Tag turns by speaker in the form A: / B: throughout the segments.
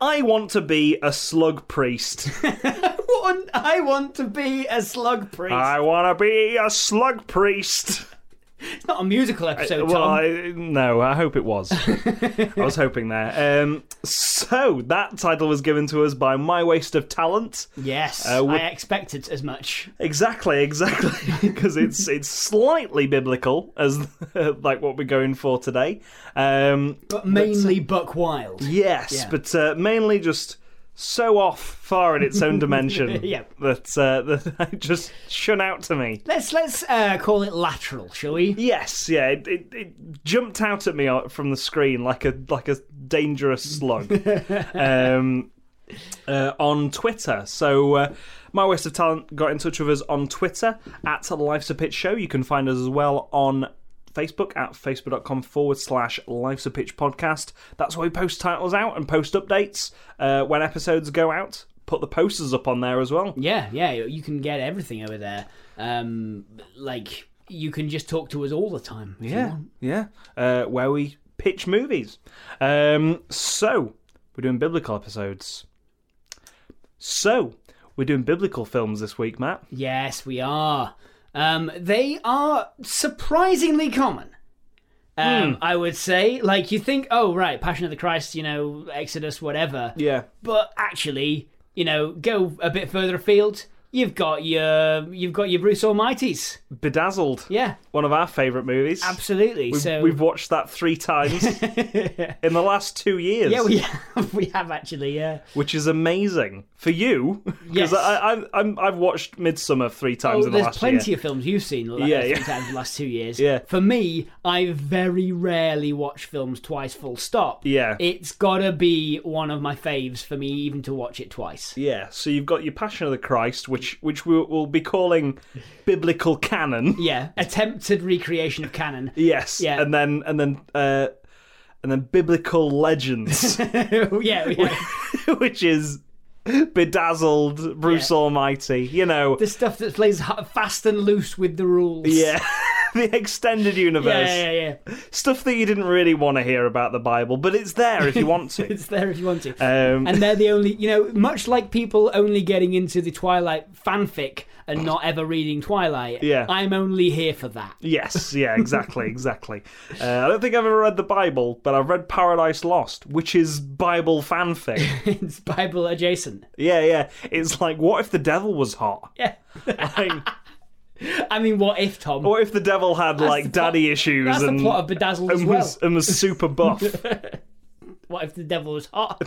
A: I want to be a slug priest.
B: I want to be a slug priest.
A: I want to be a slug priest.
B: it's not a musical episode,
A: well, I, no, I hope it was. I was hoping there. Um, so that title was given to us by My Waste of Talent.
C: Yes,
A: Uh, we-
C: I expected as much.
A: Exactly, exactly, because it's it's slightly biblical as like what we're going for today. Um,
C: But mainly Buck Wild.
A: yes,
C: Yeah.
A: but uh, mainly just so off far in its own dimension
C: Yeah.
A: that uh, that just shone out to me.
C: Let's let's uh, call it lateral, shall we?
A: Yes, yeah, it, it, it jumped out at me uh, from the screen like a like a dangerous slug um, uh, on Twitter. So, uh, my waste of talent got in touch with us on Twitter at Life's a Pitch Show. You can find us as well on. Facebook at facebook.com forward slash Life's a Pitch podcast. That's where we post titles out and post updates uh, when episodes go out. Put the posters up on there as well.
C: Yeah, yeah. You can get everything over there. Um, like you can just talk to us all the time. if you
A: Yeah,
C: want.
A: yeah. Uh, where we pitch movies. Um, so we're doing biblical episodes. So we're doing biblical films this week, Matt.
C: Yes, we are. Um, they are surprisingly common. Um,
A: Hmm.
C: I would say, like you think, oh right, Passion of the Christ, you know, Exodus, whatever.
A: Yeah,
C: but actually, you know, go a bit further afield. You've got your you've got your Bruce Almighty's.
A: Bedazzled.
C: Yeah,
A: One of our favourite movies.
C: absolutely.
A: We've,
C: so
A: we've watched that three times in the last two years,
C: yeah, we have, we have actually. Yeah,
A: which is amazing for you.
C: Yes.
A: Because I, I, I'm, I've watched Midsummer three times
C: Oh,
A: in the
C: there's
A: last
C: plenty
A: year.
C: of films you've seen. Like,
A: Yeah,
C: yeah,
A: yeah.
C: the last two years.
A: Yeah.
C: For me, I very rarely watch films twice. Full stop.
A: Yeah.
C: It's gotta be one of my faves for me even to watch it twice.
A: yeah, so you've got your Passion of the Christ, which which we will be calling biblical canon.
C: Yeah, attempted recreation of canon,
A: Yes.
C: Yeah.
A: And then and then uh, and then biblical legends,
C: yeah, yeah.
A: which is bedazzled Bruce
C: Yeah.
A: Almighty. You know.
C: the stuff that plays h- fast and loose with the rules.
A: yeah. The extended
C: yeah,
A: universe.
C: yeah, yeah.
A: Stuff that you didn't really want to hear about the Bible, but it's there if you want to.
C: It's there if you want to.
A: um,
C: and they're the only, you know, much like people only getting into the Twilight fanfic and not ever reading Twilight.
A: Oh. Yeah.
C: I'm only here for that.
A: yes, yeah, exactly, exactly. Uh, I don't think I've ever read the Bible, but I've read Paradise Lost, which is Bible fanfic.
C: it's Bible adjacent.
A: yeah, yeah. It's like, what if the devil was hot?
C: Yeah.
A: Like,
C: I mean, what if Tom?
A: what if the devil had like
C: the plot-
A: daddy issues
C: That's
A: and
C: the plot of Bedazzled as
A: and
C: well.
A: was, and was super buff.
C: What if the devil was hot?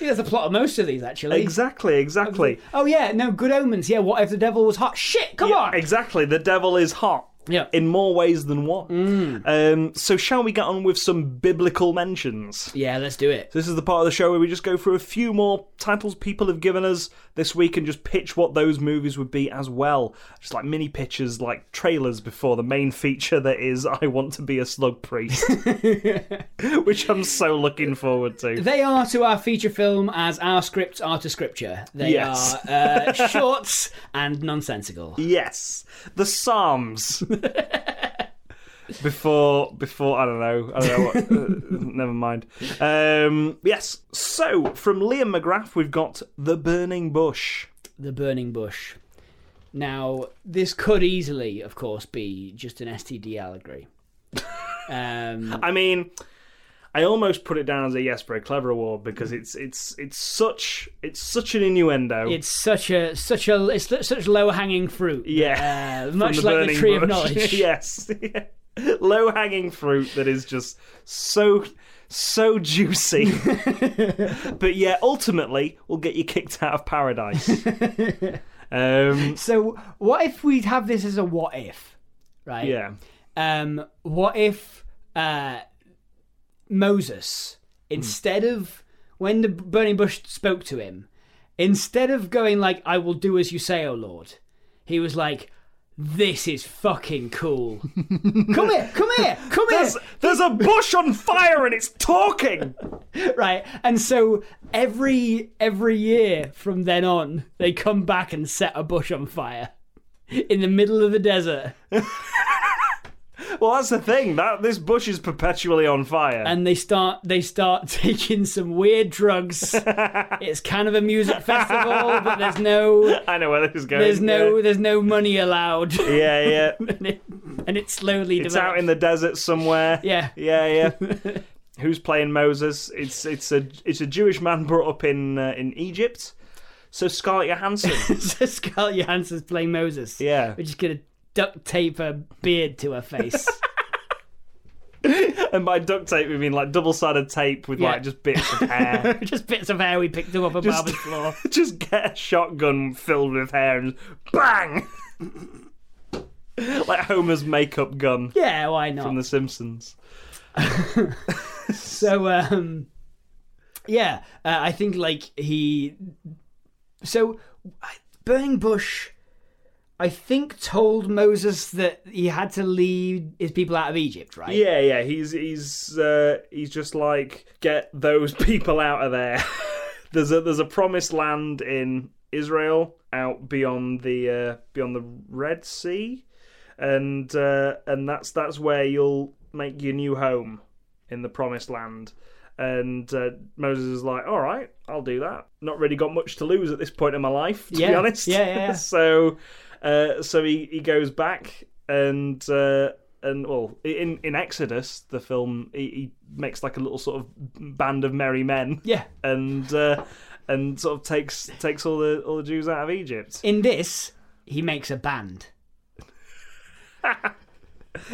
C: yeah, that's the plot of most of these actually.
A: exactly, exactly.
C: Oh yeah, no good omens. Yeah, what if the devil was hot? Shit, come
A: Yeah,
C: on.
A: Exactly. The devil is hot.
C: Yeah.
A: In more ways than one. Um, so, shall we get on with some biblical mentions?
C: yeah, let's do it.
A: This is the part of the show where we just go through a few more titles people have given us this week and just pitch what those movies would be as well. Just like mini pitches, like trailers before the main feature that is I Want to Be a Slug Priest, which I'm so looking forward to.
C: They are to our feature film as our scripts are to scripture. They
A: Yes.
C: are uh, shorts and nonsensical.
A: Yes, the Psalms. before, before I don't know, I don't know. What, uh, never mind. Um, yes. So from Liam McGrath, we've got the burning bush.
C: The burning bush. Now, this could easily, of course, be just an STD allegory. Um,
A: I mean, I almost put it down as a yes for a clever award because it's it's it's such it's such an innuendo.
C: it's such a such a it's li- such low hanging fruit.
A: Yeah,
C: uh,
A: from
C: much like the
A: burning
C: tree of
A: bush.
C: knowledge.
A: yes. Low hanging fruit that is just so so juicy. but yeah, ultimately will get you kicked out of paradise. um
C: So, what if we'd have this as a what if, right?
A: yeah.
C: um,
A: Hmm.
C: what if uh, Moses, instead of when the burning bush spoke to him, instead of going like, "I will do as you say, O Lord," he was like, "This is fucking cool. come here, come here, come here."
A: There's, there's a bush on fire and it's talking.
C: right and so every every year from then on they come back and set a bush on fire in the middle of the desert
A: Well, that's the thing. That this bush is perpetually on fire.
C: and they start they start taking some weird drugs it's kind of a music festival but there's no
A: I know where this is going.
C: there's no there's no money allowed
A: Yeah, yeah. yeah.
C: and, it, and it slowly
A: It's
C: develops.
A: out in the desert somewhere.
C: yeah
A: Yeah, yeah. Who's playing Moses? It's it's a it's a Jewish man brought up in uh, in Egypt. So Scarlett Johansson.
C: so Scarlett Johansson's playing Moses
A: Yeah.
C: we're just gonna duct tape a beard to her face
A: and by duct tape we mean like double sided tape with
C: Yeah.
A: like just bits of hair.
C: just bits of hair we picked up off a
A: Just-
C: barber's floor
A: just get a shotgun filled with hair and bang. like Homer's makeup gun
C: Yeah, why not?
A: from The Simpsons.
C: So, um, yeah, uh, I think like he. So, I- Burning Bush, I think, told Moses that he had to lead his people out of Egypt, right?
A: Yeah, yeah. He's he's uh, he's just like get those people out of there. there's a there's a promised land in Israel out beyond the uh, beyond the Red Sea, and uh, and that's that's where you'll make your new home in the promised land. And uh, Moses is like, "All right, I'll do that." Not really got much to lose at this point in my life, to be
C: Yeah,
A: honest.
C: yeah, yeah, yeah.
A: so, uh, so he, he goes back and uh, and well, in in Exodus, the film, he, he makes like a little sort of band of merry men
C: Yeah.
A: and uh, and sort of takes takes all the all the Jews out of Egypt.
C: In this, he makes a band.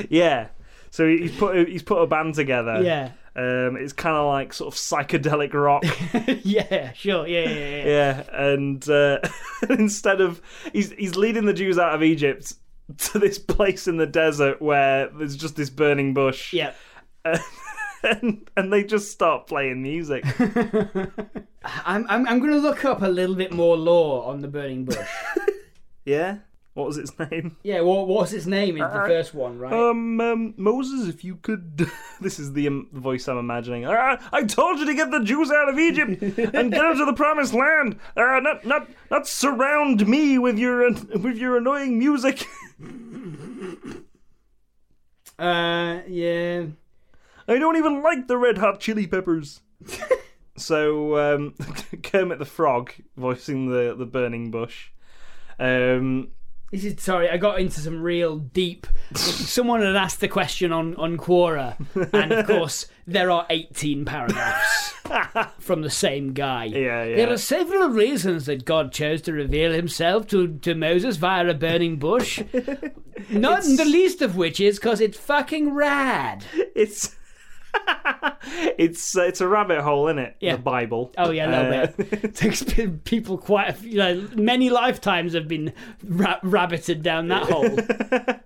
A: Yeah. So he- he's put he's put a band together.
C: Yeah.
A: Um, it's kind of like sort of psychedelic rock.
C: yeah, sure. Yeah, yeah, yeah. yeah.
A: yeah. And uh, instead of he's he's leading the Jews out of Egypt to this place in the desert where there's just this burning bush.
C: Yeah.
A: And, and they just start playing music.
C: I'm, I'm, I'm going to look up a little bit more lore on the Burning Bush.
A: yeah. What was its name?
C: yeah, what, what's its name is the first one, right?
A: Um, um, Moses, if you could. this is the um, voice I'm imagining. Ah, I told you to get the Jews out of Egypt and get them to the promised land. Ah, not, not, not surround me with your with your annoying music.
C: uh, yeah.
A: I don't even like the Red Hot Chili Peppers. so um, Kermit the Frog voicing the the burning bush. Um,
C: This is sorry, I got into some real deep. Someone had asked the question on on Quora, and of course there are eighteen paragraphs from the same guy.
A: Yeah, yeah.
C: There are several reasons that God chose to reveal Himself to to Moses via a burning bush. Not the least of which is because it's fucking rad.
A: it's it's uh, it's a rabbit hole, isn't it?
C: Yeah.
A: The Bible.
C: Oh yeah, a little
A: Uh,
C: bit. It takes pe- people quite a few, you know, many lifetimes have been ra- rabbited down that hole.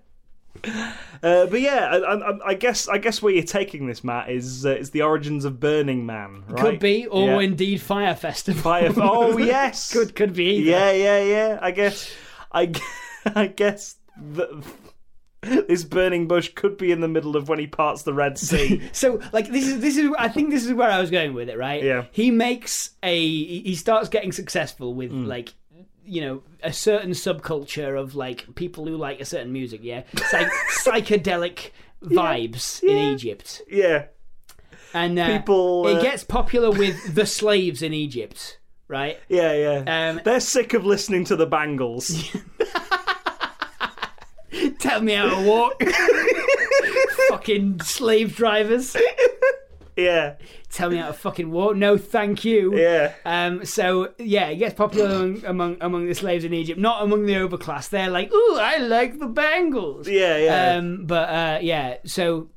A: Uh, but yeah, I, I, I guess I guess where you're taking this, Matt, is uh, is the origins of Burning Man, right?
C: Could be, or
A: Yeah.
C: indeed, Fire Festival.
A: Fire. Oh yes,
C: Could could be either.
A: Yeah, yeah, yeah. I guess I g- I guess the, this burning bush could be in the middle of when he parts the Red Sea.
C: So like this is this is I think this is where I was going with it, right?
A: Yeah.
C: He makes a he starts getting successful with
A: Mm.
C: like you know a certain subculture of like people who like a certain music, yeah, it's like psychedelic vibes
A: yeah.
C: in Egypt,
A: yeah,
C: and uh,
A: People, uh,
C: it gets popular with the slaves in Egypt, right?
A: yeah, yeah.
C: Um,
A: They're sick of listening to the Bangles.
C: Tell me how to walk, fucking slave drivers.
A: yeah,
C: Tell me how to fucking walk. No, thank you.
A: yeah.
C: Um, so yeah, it gets popular among, among among the slaves in Egypt, not among the overclass. They're like, "Ooh, I like the bangles."
A: Yeah, yeah.
C: Um, but uh, yeah, so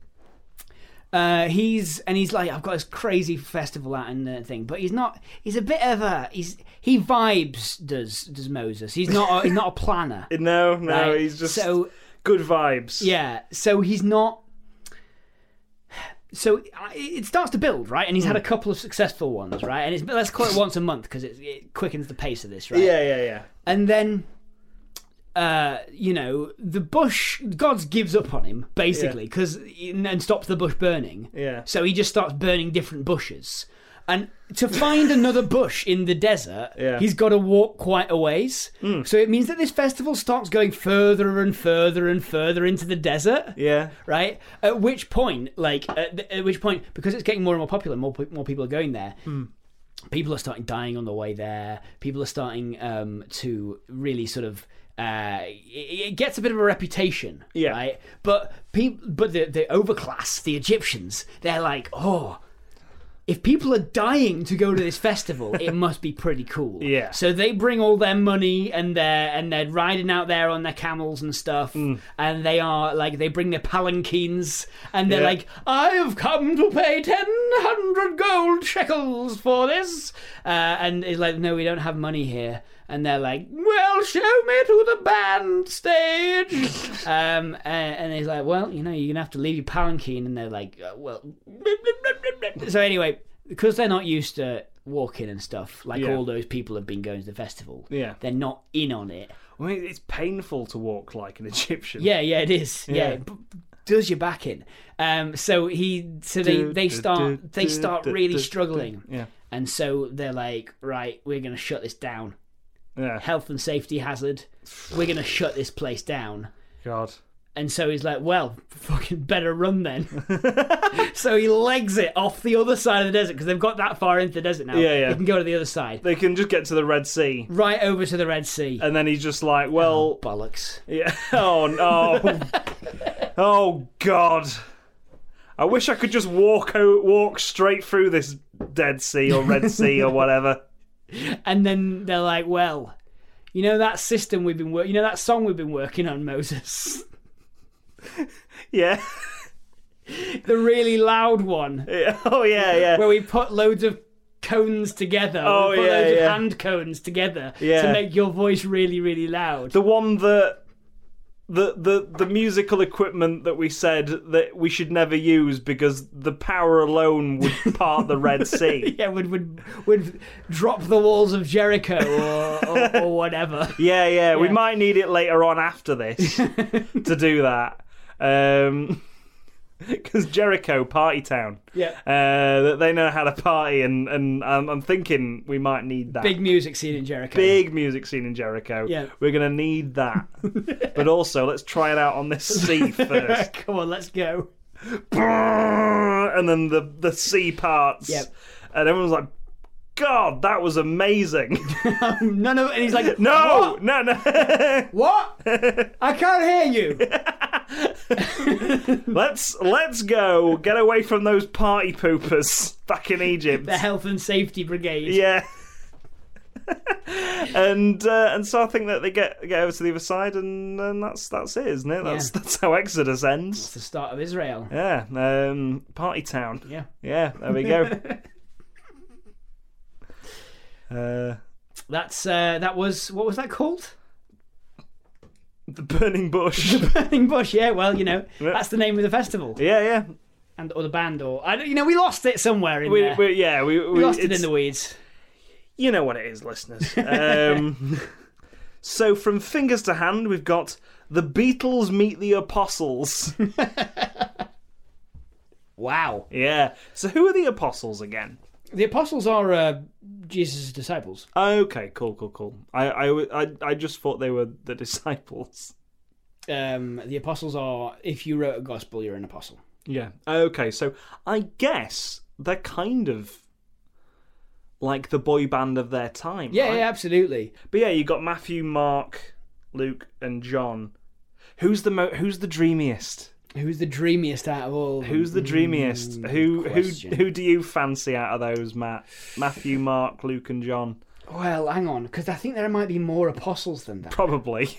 C: uh, he's and he's like, "I've got this crazy festival out and uh, thing," but he's not. He's a bit of a he's he vibes does does Moses. He's not a, he's not a planner.
A: no, no,
C: Um, right?
A: he's just
C: so
A: good vibes.
C: yeah. So he's not. so I- it starts to build, right? And he's had a couple of successful ones, right? And it's, let's call it once a month because it, it quickens the pace of this, right?
A: Yeah, yeah, yeah.
C: And then, uh, you know, the bush, gods gives up on him, basically, because and stops the bush burning.
A: Yeah.
C: So he just starts burning different bushes. And to find another bush in the desert,
A: Yeah. Hmm.
C: he's got to walk quite a ways. So it means that this festival starts going further and further and further into the desert
A: Yeah.
C: right? At which point, like, at, th- at which point, because it's getting more and more popular, more pe- more people are going there.
A: Hmm.
C: People are starting dying on the way there. People are starting um, to really sort of. Uh, it, it gets a bit of a reputation,
A: Yeah.
C: right? But people, but the the overclass, the Egyptians, they're like, oh. If people are dying to go to this festival, it must be pretty cool.
A: Yeah.
C: So they bring all their money and they're and they're riding out there on their camels and stuff, and they are like they bring their palanquins and they're
A: Yeah.
C: like, "I have come to pay ten hundred gold shekels for this," uh, and it's like, "No, we don't have money here." And they're like, "Well, show me to the band stage," um, and, and he's like, "Well, you know, you're gonna have to leave your palanquin," and they're like, uh, "Well." So anyway, because they're not used to walking and stuff, like
A: Yeah.
C: all those people have been going to the festival.
A: Yeah.
C: They're not in on it.
A: I mean, it's painful to walk like an Egyptian.
C: Yeah, yeah, it is. Yeah.
A: Yeah.
C: B- does your back in. Um so he so they
A: Do,
C: they
A: do, do,
C: start they
A: do,
C: start
A: do,
C: really
A: do,
C: struggling.
A: do. Yeah.
C: And so they're like, right, we're going to shut this down.
A: Yeah.
C: Health and safety hazard. We're going to shut this place down.
A: God.
C: And so he's like, well, fucking better run then. so he legs it off the other side of the desert because they've got that far into the desert now.
A: Yeah, yeah.
C: They can go to the other side.
A: They can just get to the Red Sea.
C: Right over to the Red Sea.
A: And then he's just like, well,
C: Bollocks.
A: yeah. Oh, no. oh, God. I wish I could just walk out, walk straight through this Dead Sea or Red Sea or whatever.
C: And then they're like, well, you know that system we've been work you know that song we've been working on, Moses?
A: Yeah.
C: the really loud one
A: Yeah. Oh, yeah, yeah.
C: where we put loads of cones together.
A: Oh,
C: we put
A: yeah,
C: loads of
A: yeah.
C: hand cones together to
A: Yeah.
C: make your voice really, really loud.
A: the one that the, the the musical equipment that we said that we should never use because the power alone would part the Red Sea.
C: yeah, would would would drop the walls of Jericho or or, or whatever.
A: Yeah, yeah, we
C: Yeah.
A: might need it later on after this to do that. Um 'cause because Jericho party town.
C: Yeah.
A: Uh, that they know how to party, and and um, I'm thinking we might need that
C: Big music scene in Jericho.
A: Big music scene in Jericho.
C: Yeah.
A: we're gonna need that. but also, let's try it out on this sea first.
C: Come on, let's go.
A: and then the the C parts.
C: Yep.
A: And everyone's like, God, that was amazing.
C: Um, None of and he's like,
A: no, no, no.
C: what? what? I can't hear you.
A: let's let's go get away from those party poopers back in Egypt.
C: the health and safety brigade.
A: yeah. and uh, and so I think that they get get over to the other side, and, and that's that's it, isn't it? That's
C: Yeah.
A: that's how Exodus ends.
C: It's the start of Israel.
A: Yeah, um, party town.
C: Yeah.
A: Yeah, there we go. uh,
C: That's uh, that was what was that called?
A: the burning bush.
C: Burning Bush. Yeah. Well, you know, that's the name of the festival
A: yeah, yeah.
C: and or the band or I don't. You know, we lost it somewhere in
A: We,
C: there.
A: we yeah we, we,
C: we lost it
A: it's-
C: in the weeds.
A: You know what it is, listeners. Um, so from fingers to hand, we've got the Beatles meet the Apostles.
C: Wow.
A: yeah. So who are the Apostles again?
C: The apostles are uh, Jesus' disciples.
A: Okay, cool, cool, cool. I, I, w- I- I just thought they were the disciples.
C: Um, the apostles are. If you wrote a gospel, you're an apostle.
A: Yeah. Okay, so I guess they're kind of like the boy band of their time.
C: Yeah.
A: right?
C: Yeah. Absolutely.
A: But yeah, you got Matthew, Mark, Luke, and John. Who's the mo- who's the dreamiest?
C: Who's the dreamiest out of all? of them? Hmm,
A: Who's the dreamiest? who
C: Mm, question.
A: who who do you fancy out of those, Matt? Matthew, Mark, Luke, and John?
C: Well, hang on, because I think there might be more apostles than that.
A: Probably.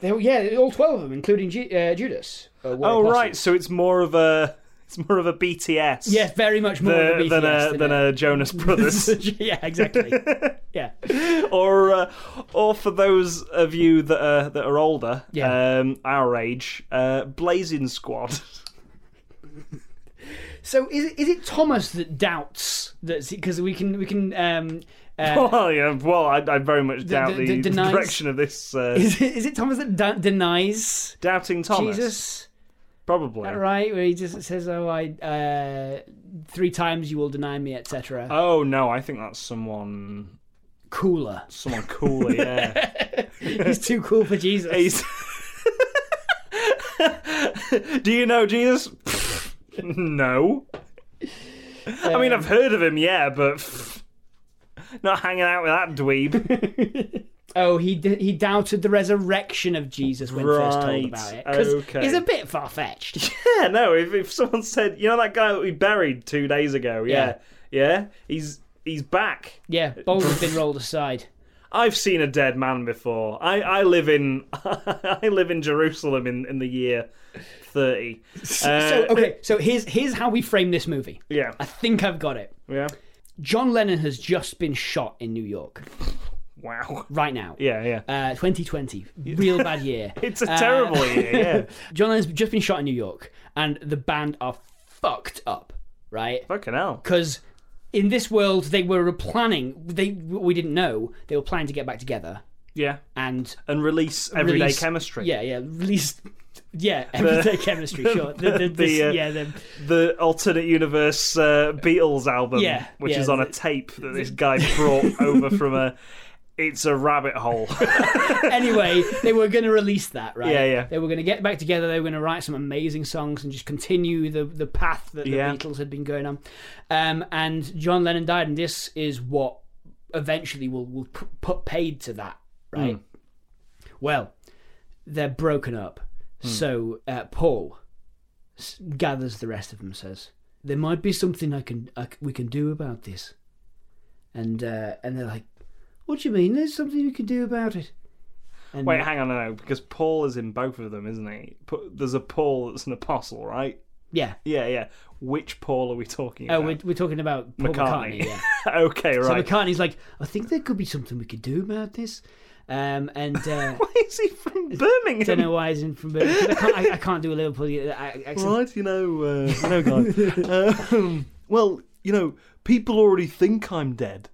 C: There, yeah, all twelve of them, including Ju- uh, Judas. uh, were
A: oh
C: apostles.
A: right, so it's more of a it's more of a BTS.
C: Yes, very much more
A: Than,
C: than,
A: than a than a Jonas Brothers,
C: yeah, exactly. yeah,
A: or uh, or for those of you that are that are older,
C: Yeah.
A: um, our age, uh, Blazing Squad.
C: So is it, is it Thomas that doubts that because we can we can um, uh,
A: well, yeah, well, I, I very much doubt the,
C: d- d- denies-
A: direction of this. Uh,
C: is it, is it Thomas that da- denies
A: doubting Thomas,
C: Jesus?
A: probably.
C: That right, where he just says, "Oh, I uh, three times you will deny me," etc.
A: Oh no, I think that's someone,
C: Cooler,
A: someone cooler. Yeah,
C: he's too cool for Jesus.
A: He's- Do you know Jesus? Pfft, no. I mean, I've heard of him, yeah, but pfft, not hanging out with that dweeb.
C: Oh, he d- he doubted the resurrection of Jesus when first told
A: Right,
C: about it. 'cause
A: okay.
C: he's a bit far fetched.
A: yeah, no. If, if someone said, you know, that guy that we buried two days ago, yeah, yeah, he's he's back.
C: yeah, boulder's been rolled aside.
A: I've seen a dead man before. I, I live in I live in Jerusalem in, in the year thirty.
C: so
A: Uh,
C: okay, so here's here's how we frame this movie.
A: Yeah,
C: I think I've got it.
A: yeah.
C: John Lennon has just been shot in New York
A: Wow.
C: right now.
A: Yeah, yeah.
C: Uh, 2020, real bad year.
A: It's a
C: Uh,
A: terrible year. Yeah.
C: John Lennon's just been shot in New York, and the band are fucked up, right?
A: Fucking hell.
C: Because in this world, they were planning. They we didn't know they were planning to get back together
A: Yeah.
C: and
A: And release everyday
C: release-
A: chemistry.
C: Yeah, yeah, release. Yeah, everyday chemistry. Sure, the, the,
A: the,
C: this-
A: uh,
C: yeah, the,
A: The alternate universe uh, Beatles album,
C: Yeah,
A: which
C: yeah,
A: is on a
C: the-
A: tape that this guy brought over from a. It's a rabbit hole.
C: anyway, they were going to release that, right?
A: Yeah, yeah.
C: They were going to get back together. They were going to write some amazing songs and just continue the, the path that the
A: Yeah.
C: Beatles had been going on. Um, and John Lennon died, and this is what eventually will will p- put paid to that, right?
A: Hmm.
C: Well, they're broken up. So uh, Paul s- gathers the rest of them, says, "There might be something I can I c we can do about this." And uh, and they're like, "What do you mean? There's something we can do about it?" And uh,
A: Wait, hang on, no, no, because Paul is in both of them, isn't he? Pu- There's a Paul that's an apostle, right?
C: Yeah.
A: Yeah, yeah. Which Paul are we talking
C: Oh,
A: about?
C: we're, we're talking about Paul McCartney.
A: McCartney.
C: yeah.
A: okay,
C: So
A: right.
C: McCartney's like, I think there could be something we could do about this. Um, and uh,
A: Why is he from
C: don't
A: Birmingham?
C: know why he's in from Birmingham. I can't, I, I can't do a Liverpool uh, ac- accent.
A: Right, you know, uh, you know, guys. um, well, you know, people already think I'm dead,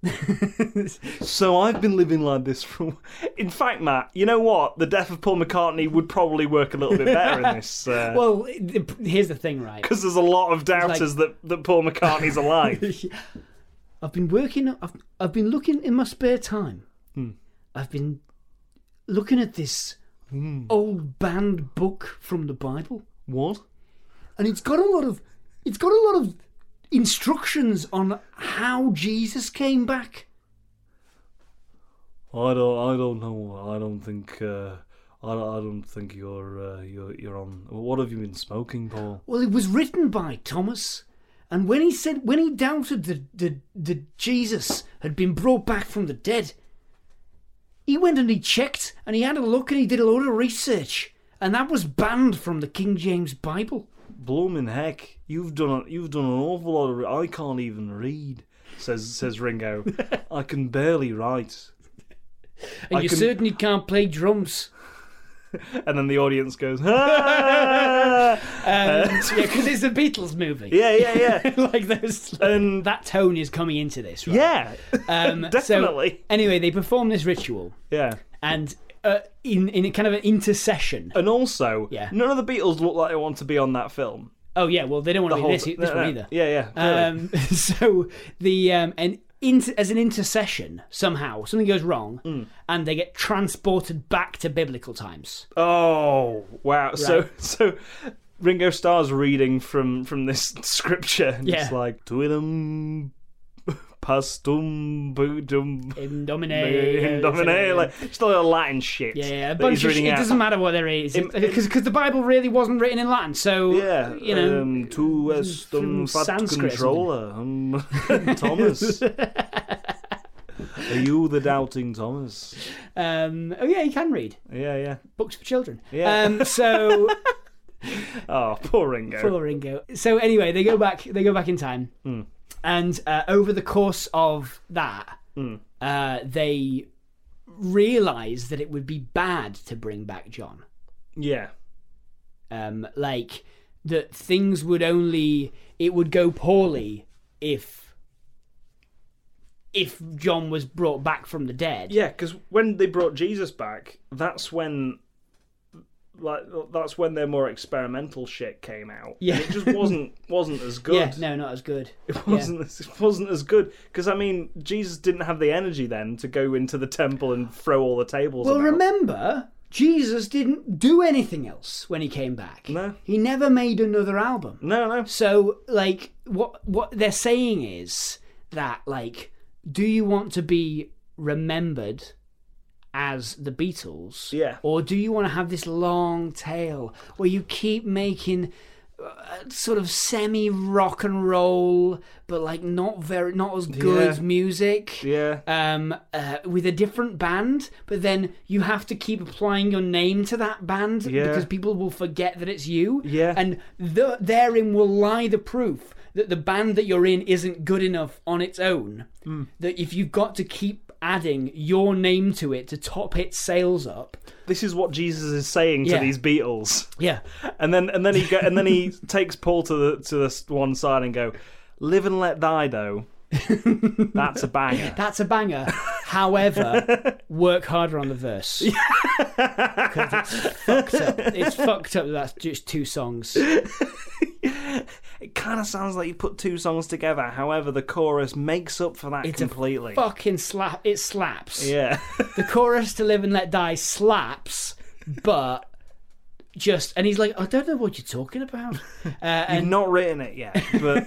A: so I've been living like this for. a wh- In fact, Matt, you know what? The death of Paul McCartney would probably work a little bit better in this. Uh,
C: Well, it- here's the thing, right?
A: because there's a lot of doubters that, that Paul McCartney's alive.
C: I've been working. I've, I've been looking in my spare time. I've been looking at this old banned book from the Bible,
A: what?
C: and it's got a lot of it's got a lot of instructions on how Jesus came back.
A: I don't. I don't know. I don't think. Uh, I, don't- I don't think you're. Uh, you're. You're on. What have you been smoking, Paul?
C: Well, it was written by Thomas. And when he said, when he doubted that the, the Jesus had been brought back from the dead, he went and he checked and he had a look and he did a load of research. And that was banned from the King James Bible.
A: Blooming heck! You've done. A, you've done an awful lot of. Re- I can't even read. Says says Ringo. I can barely write.
C: And
A: I
C: you
A: can-
C: certainly can't play drums.
A: And then the audience goes. "Ah!"
C: yeah, because it's a Beatles movie.
A: yeah, yeah, yeah.
C: like those,
A: And
C: that tone is coming into this, right?
A: yeah,
C: um, so-
A: definitely.
C: anyway, they perform this ritual,
A: yeah.
C: and uh, in in a kind of an intercession,
A: And also,
C: Yeah.
A: none of the Beatles look like they want to be on that film.
C: Oh yeah, well they don't want to be in
A: Hold-
C: this, e, this
A: no,
C: one
A: no.
C: either.
A: uh, Yeah, yeah. really.
C: Um, so the um, and in, as an intercession somehow something goes wrong
A: Hmm.
C: and they get transported back to biblical times.
A: Oh wow! So so Ringo Starr's reading from from this scripture, and it's
C: Yeah.
A: like twinum pastum budum.
C: In domine, uh,
A: In domine, like just a little Latin shit.
C: yeah, yeah, a
A: that
C: bunch
A: he's
C: of shit.
A: reading
C: It
A: out.
C: doesn't matter what there is because because the Bible really wasn't written in Latin. So
A: Yeah,
C: you know.
A: um, tu
C: from
A: estum fat
C: Sanskrit or
A: controller, um, Thomas. Are you the doubting Thomas?
C: um, oh yeah, you can read
A: Yeah, yeah.
C: books for children.
A: Yeah.
C: Um, so
A: Oh, poor Ringo.
C: Poor Ringo. So anyway, they go back. They go back in time,
A: Hmm.
C: and uh, over the course of that,
A: Hmm.
C: uh, they realize that it would be bad to bring back John.
A: Yeah,
C: Um, like that things would only it would go poorly if if John was brought back from the dead.
A: Yeah, because when they brought Jesus back, that's when like that's when their more experimental shit came out.
C: Yeah.
A: and it just wasn't wasn't as good.
C: Yeah, no, not as good.
A: It wasn't as- it wasn't as good because I mean Jesus didn't have the energy then to go into the temple and throw all the tables.
C: Well,
A: about.
C: remember, Jesus didn't do anything else when he came back.
A: No.
C: He never made another album.
A: no, no,
C: So, like, what what they're saying is that, like, do you want to be remembered as the Beatles?
A: Yeah.
C: Or do you want to have this long tail where you keep making uh, sort of semi rock and roll, but like not very not as good
A: Yeah.
C: music?
A: yeah,
C: um, uh, with a different band, but then you have to keep applying your name to that band
A: Yeah.
C: because people will forget that it's you.
A: Yeah.
C: And th- therein will lie the proof that the band that you're in isn't good enough on its own.
A: Hmm.
C: That if you've got to keep adding your name to it to top its sales up.
A: this is what Jesus is saying to
C: Yeah.
A: these Beatles.
C: Yeah.
A: And then and then he go, and then he takes Paul to the to the s- one side and go, "Live and let die." Though that's a banger.
C: That's a banger. However, work harder on the verse. 'Cause it's fucked up. It's fucked up. that That's just two songs.
A: It kind of sounds like you put two songs together. However, the chorus makes up for that
C: It's a
A: completely.
C: Fucking slap. It slaps.
A: Yeah,
C: the chorus to live and let die slaps but just and he's like i don't know what you're talking about uh,
A: I've
C: and,
A: not written it yet, but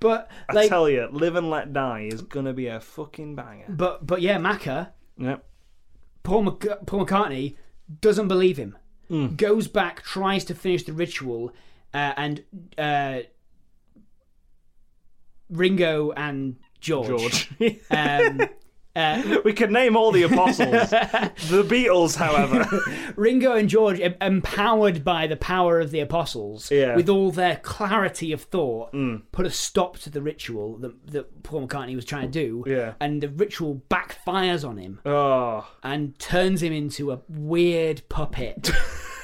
C: but
A: I
C: like
A: tell you, "Live and Let Die" is gonna be a fucking banger.
C: but but yeah macca
A: Yep.
C: paul, Mc- paul mccartney doesn't believe him goes back tries to finish the ritual uh, and uh, ringo and george,
A: George.
C: Um,
A: we could name all the apostles. the Beatles, however,
C: Ringo and George, em- empowered by the power of the apostles,
A: Yeah. Mm.
C: with all their clarity of thought, put a stop to the ritual that, that Paul McCartney was trying to do.
A: Yeah.
C: And the ritual backfires on him
A: oh,
C: and turns him into a weird puppet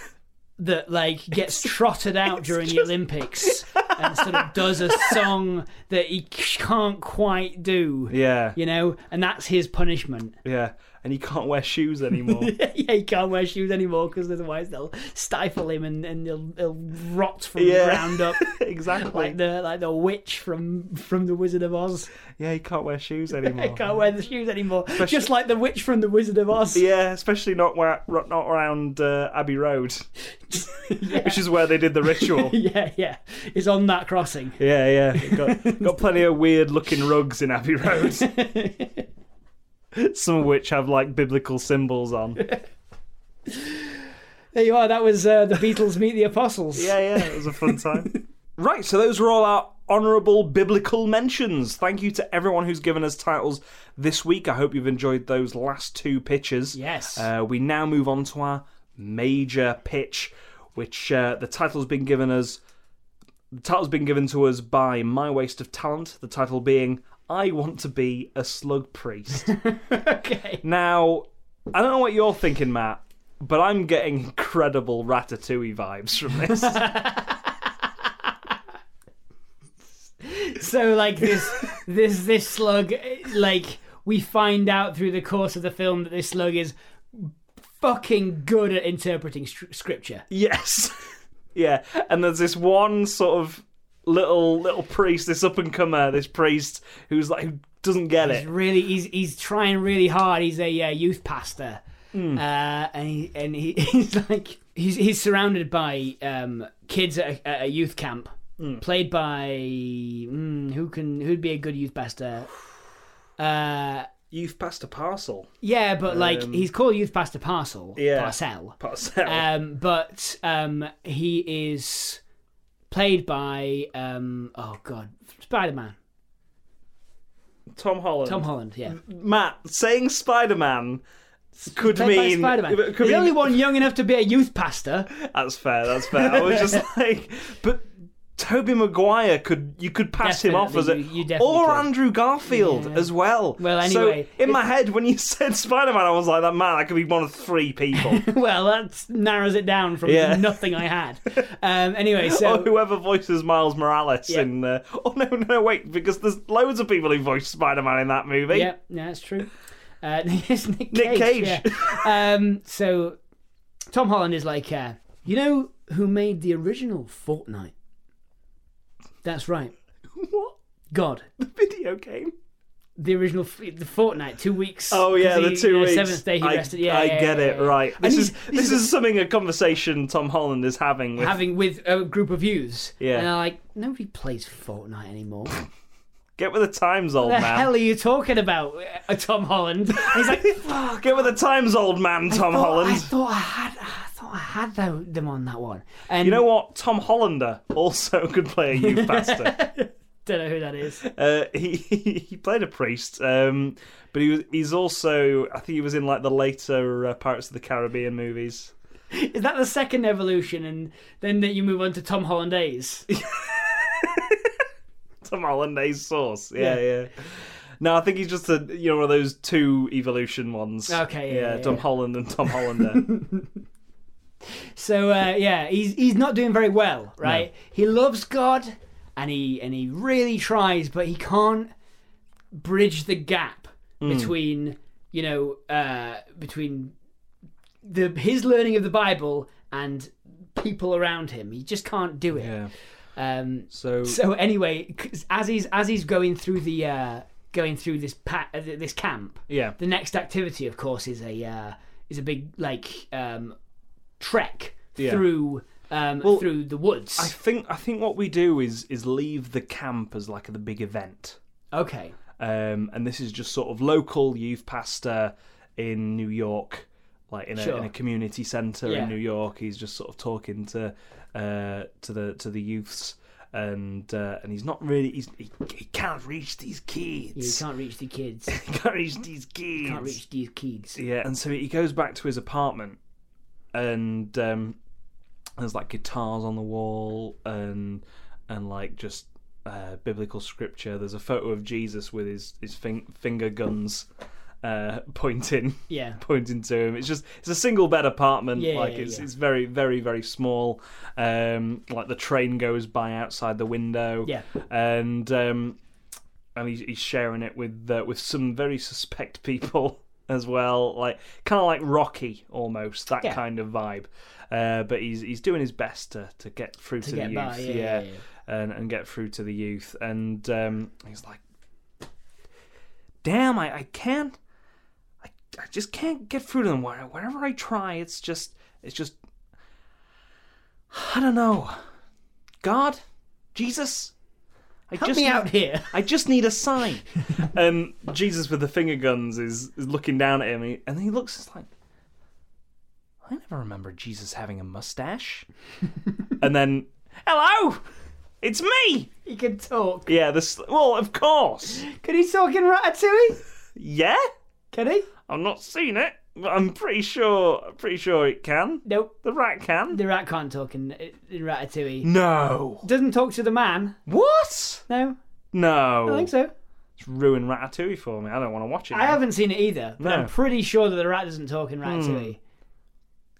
C: that, like, gets trotted out during the Olympics and sort of does a song that he c- can't quite do.
A: yeah,
C: You know, and that's his punishment.
A: yeah, and you can't wear shoes anymore.
C: yeah, he can't wear shoes anymore because otherwise they'll stifle him and, and he'll, he'll rot from
A: Yeah.
C: the ground up,
A: exactly.
C: like the like the witch from from the Wizard of Oz.
A: Yeah, you can't wear shoes
C: He
A: anymore.
C: can't wear the shoes anymore, just like the witch from the Wizard of Oz.
A: Yeah, especially not where, not around uh, Abbey Road,
C: yeah.
A: which is where they did the ritual.
C: yeah, yeah, it's on that crossing.
A: Yeah, yeah. Got, got plenty of weird looking rugs in Abbey Road. Some of which have like biblical symbols on.
C: There you are. That was uh, the Beatles meet the Apostles.
A: Yeah, yeah, it was a fun time. right, so those were all our honourable biblical mentions. Thank you to everyone who's given us titles this week. I hope you've enjoyed those last two pitches.
C: Yes.
A: Uh, we now move on to our major pitch, which uh, the title's been given us. The title's been given to us by My Waste of Talent. The title being "I Want to Be a Slug Priest."
C: okay.
A: Now, I don't know what you're thinking, Matt, but I'm getting incredible Ratatouille vibes from this.
C: So like this, this, this slug. eh, Like we find out through the course of the film that this slug is fucking good at interpreting str- scripture.
A: yes, yeah. And there's this one sort of little little priest, this up and comer, this priest who's like who doesn't get
C: He's
A: it.
C: really he's he's trying really hard. He's a uh, youth pastor, uh, and he and he, he's like he's he's surrounded by um, kids at a, at a youth camp, played by mm, who can who'd be a good youth pastor. Uh,
A: You've passed a parcel,
C: yeah, but like he's called youth pastor Parcel
A: yeah.
C: Parcel,
A: parcel.
C: um, but um, he is played by um, oh god Spider Man
A: Tom Holland.
C: Tom Holland. Yeah,
A: Matt saying Spider Man could
C: played by
A: mean
C: Spider Man.
A: could
C: The
A: mean-
C: only one young enough to be a youth pastor.
A: That's fair. That's fair. I was just like, but Toby Maguire could you could pass him off as a
C: Definitely, you- you definitely
A: or
C: could.
A: Andrew Garfield
C: Yeah.
A: as well.
C: Well,
A: So,
C: anyway,
A: in my head when you said Spider Man, I was like, that man, that could be one of three people,
C: well, that narrows it down from
A: Yeah. Oh,
C: nothing I had. Um, anyway,
A: or
C: so
A: whoever voices Miles Morales
C: Yeah.
A: in. Uh, oh no, no, no, wait, because there's loads of people who voiced Spider Man in that movie.
C: yeah, yeah, that's true. Uh, it's Nick Cage.
A: Cage.
C: yeah. um, so Tom Holland is like, uh, you know, who made the original Fortnite? That's right,
A: What
C: God.
A: the video game?
C: The original f- the Fortnite, two weeks.
A: Oh yeah,
C: 'cause
A: the
C: he,
A: two
C: you know,
A: weeks.
C: Seventh day he
A: I,
C: rested. Yeah,
A: I
C: yeah,
A: get
C: yeah,
A: it.
C: yeah.
A: Right.
C: And
A: This
C: he's-
A: is this is something a conversation Tom Holland is having with.
C: having with a group of youths.
A: Yeah.
C: And they're like, nobody plays Fortnite anymore. what
A: Get with the times, old
C: the
A: man.
C: hell are you talking about, uh, Tom Holland? And he's like, fuck.
A: Get with the times, old man, Tom
C: thought-
A: Holland.
C: I thought I had, I thought I had tho- them on that one. And
A: You know what? Tom Hollander also could play a youth pastor.
C: don't know who that is.
A: uh, he he played a priest, um, but he was he's also I think he was in like the later uh, Pirates of the Caribbean movies.
C: Is that the second evolution, and then that you move on to Tom Holland A's?
A: Tom Hollander's source. Yeah,
C: Yeah.
A: yeah. No, I think he's just a you know one of those two evolution ones.
C: Okay, yeah,
A: yeah,
C: yeah,
A: Tom
C: yeah.
A: Holland and Tom Hollander.
C: So uh, yeah, he's he's not doing very well, right? He loves God, and he and he really tries, but he can't bridge the gap between you know uh, between the his learning of the Bible and people around him. He just can't do it.
A: yeah.
C: Um,
A: So,
C: so anyway, 'cause as he's as he's going through the uh, going through this pa- uh, th- this camp,
A: yeah,
C: the next activity, of course, is a uh, is a big like um, trek
A: Yeah.
C: through um,
A: Well,
C: through the
A: I
C: woods.
A: think I think what we do is is leave the camp as like the big event.
C: Okay,
A: um, and this is just sort of local youth pastor in New York, like in a,
C: Sure.
A: in a community center
C: Yeah.
A: in New York. He's just sort of talking to uh, to the to the youths, and uh, and he's not really he's, he, he can't reach these
C: you
A: kids.
C: can't reach the kids.
A: he can't reach these kids.
C: Can't reach these kids.
A: Yeah, and so he goes back to his apartment, and um, there's like guitars on the wall, and and like just uh, biblical scripture. There's a photo of Jesus with his his fin- finger guns uh, pointing
C: Yeah.
A: pointing to him. It's just it's a single bed apartment.
C: Yeah,
A: like
C: yeah,
A: it's
C: yeah.
A: it's very very very small. Um, like the train goes by outside the window.
C: Yeah.
A: and um, and he's, he's sharing it with uh, with some very suspect people as well. Like kind of like Rocky almost that
C: Yeah.
A: kind of vibe. Uh, but he's he's doing his best to, to get through to, the
C: get
A: youth,
C: by, yeah, yeah, yeah.
A: And, and get through to the youth. And um, he's like, "Damn, I, I can't I just can't get through to them. Where- Wherever I try, it's just, it's just, I don't know. God, Jesus, I
C: Help
A: just
C: me
A: need-
C: out here.
A: I just need a sign. and Jesus with the finger guns is, is looking down at him, and he, and he looks just like, I never remember Jesus having a mustache. and then, hello, it's me.
C: He can talk.
A: Yeah, this. Well, of course.
C: Can he talk in Ratatouille?
A: Yeah,
C: Can he?
A: I've not seen it, but I'm pretty sure, I'm pretty sure it can.
C: Nope.
A: The rat can.
C: The rat can't talk in, in Ratatouille.
A: No.
C: Doesn't talk to the man.
A: What?
C: No,
A: No.
C: I think so.
A: It's ruined Ratatouille for me. I don't want to watch it.
C: I haven't seen it either, but
A: No.
C: I'm pretty sure that the rat doesn't talk in Ratatouille.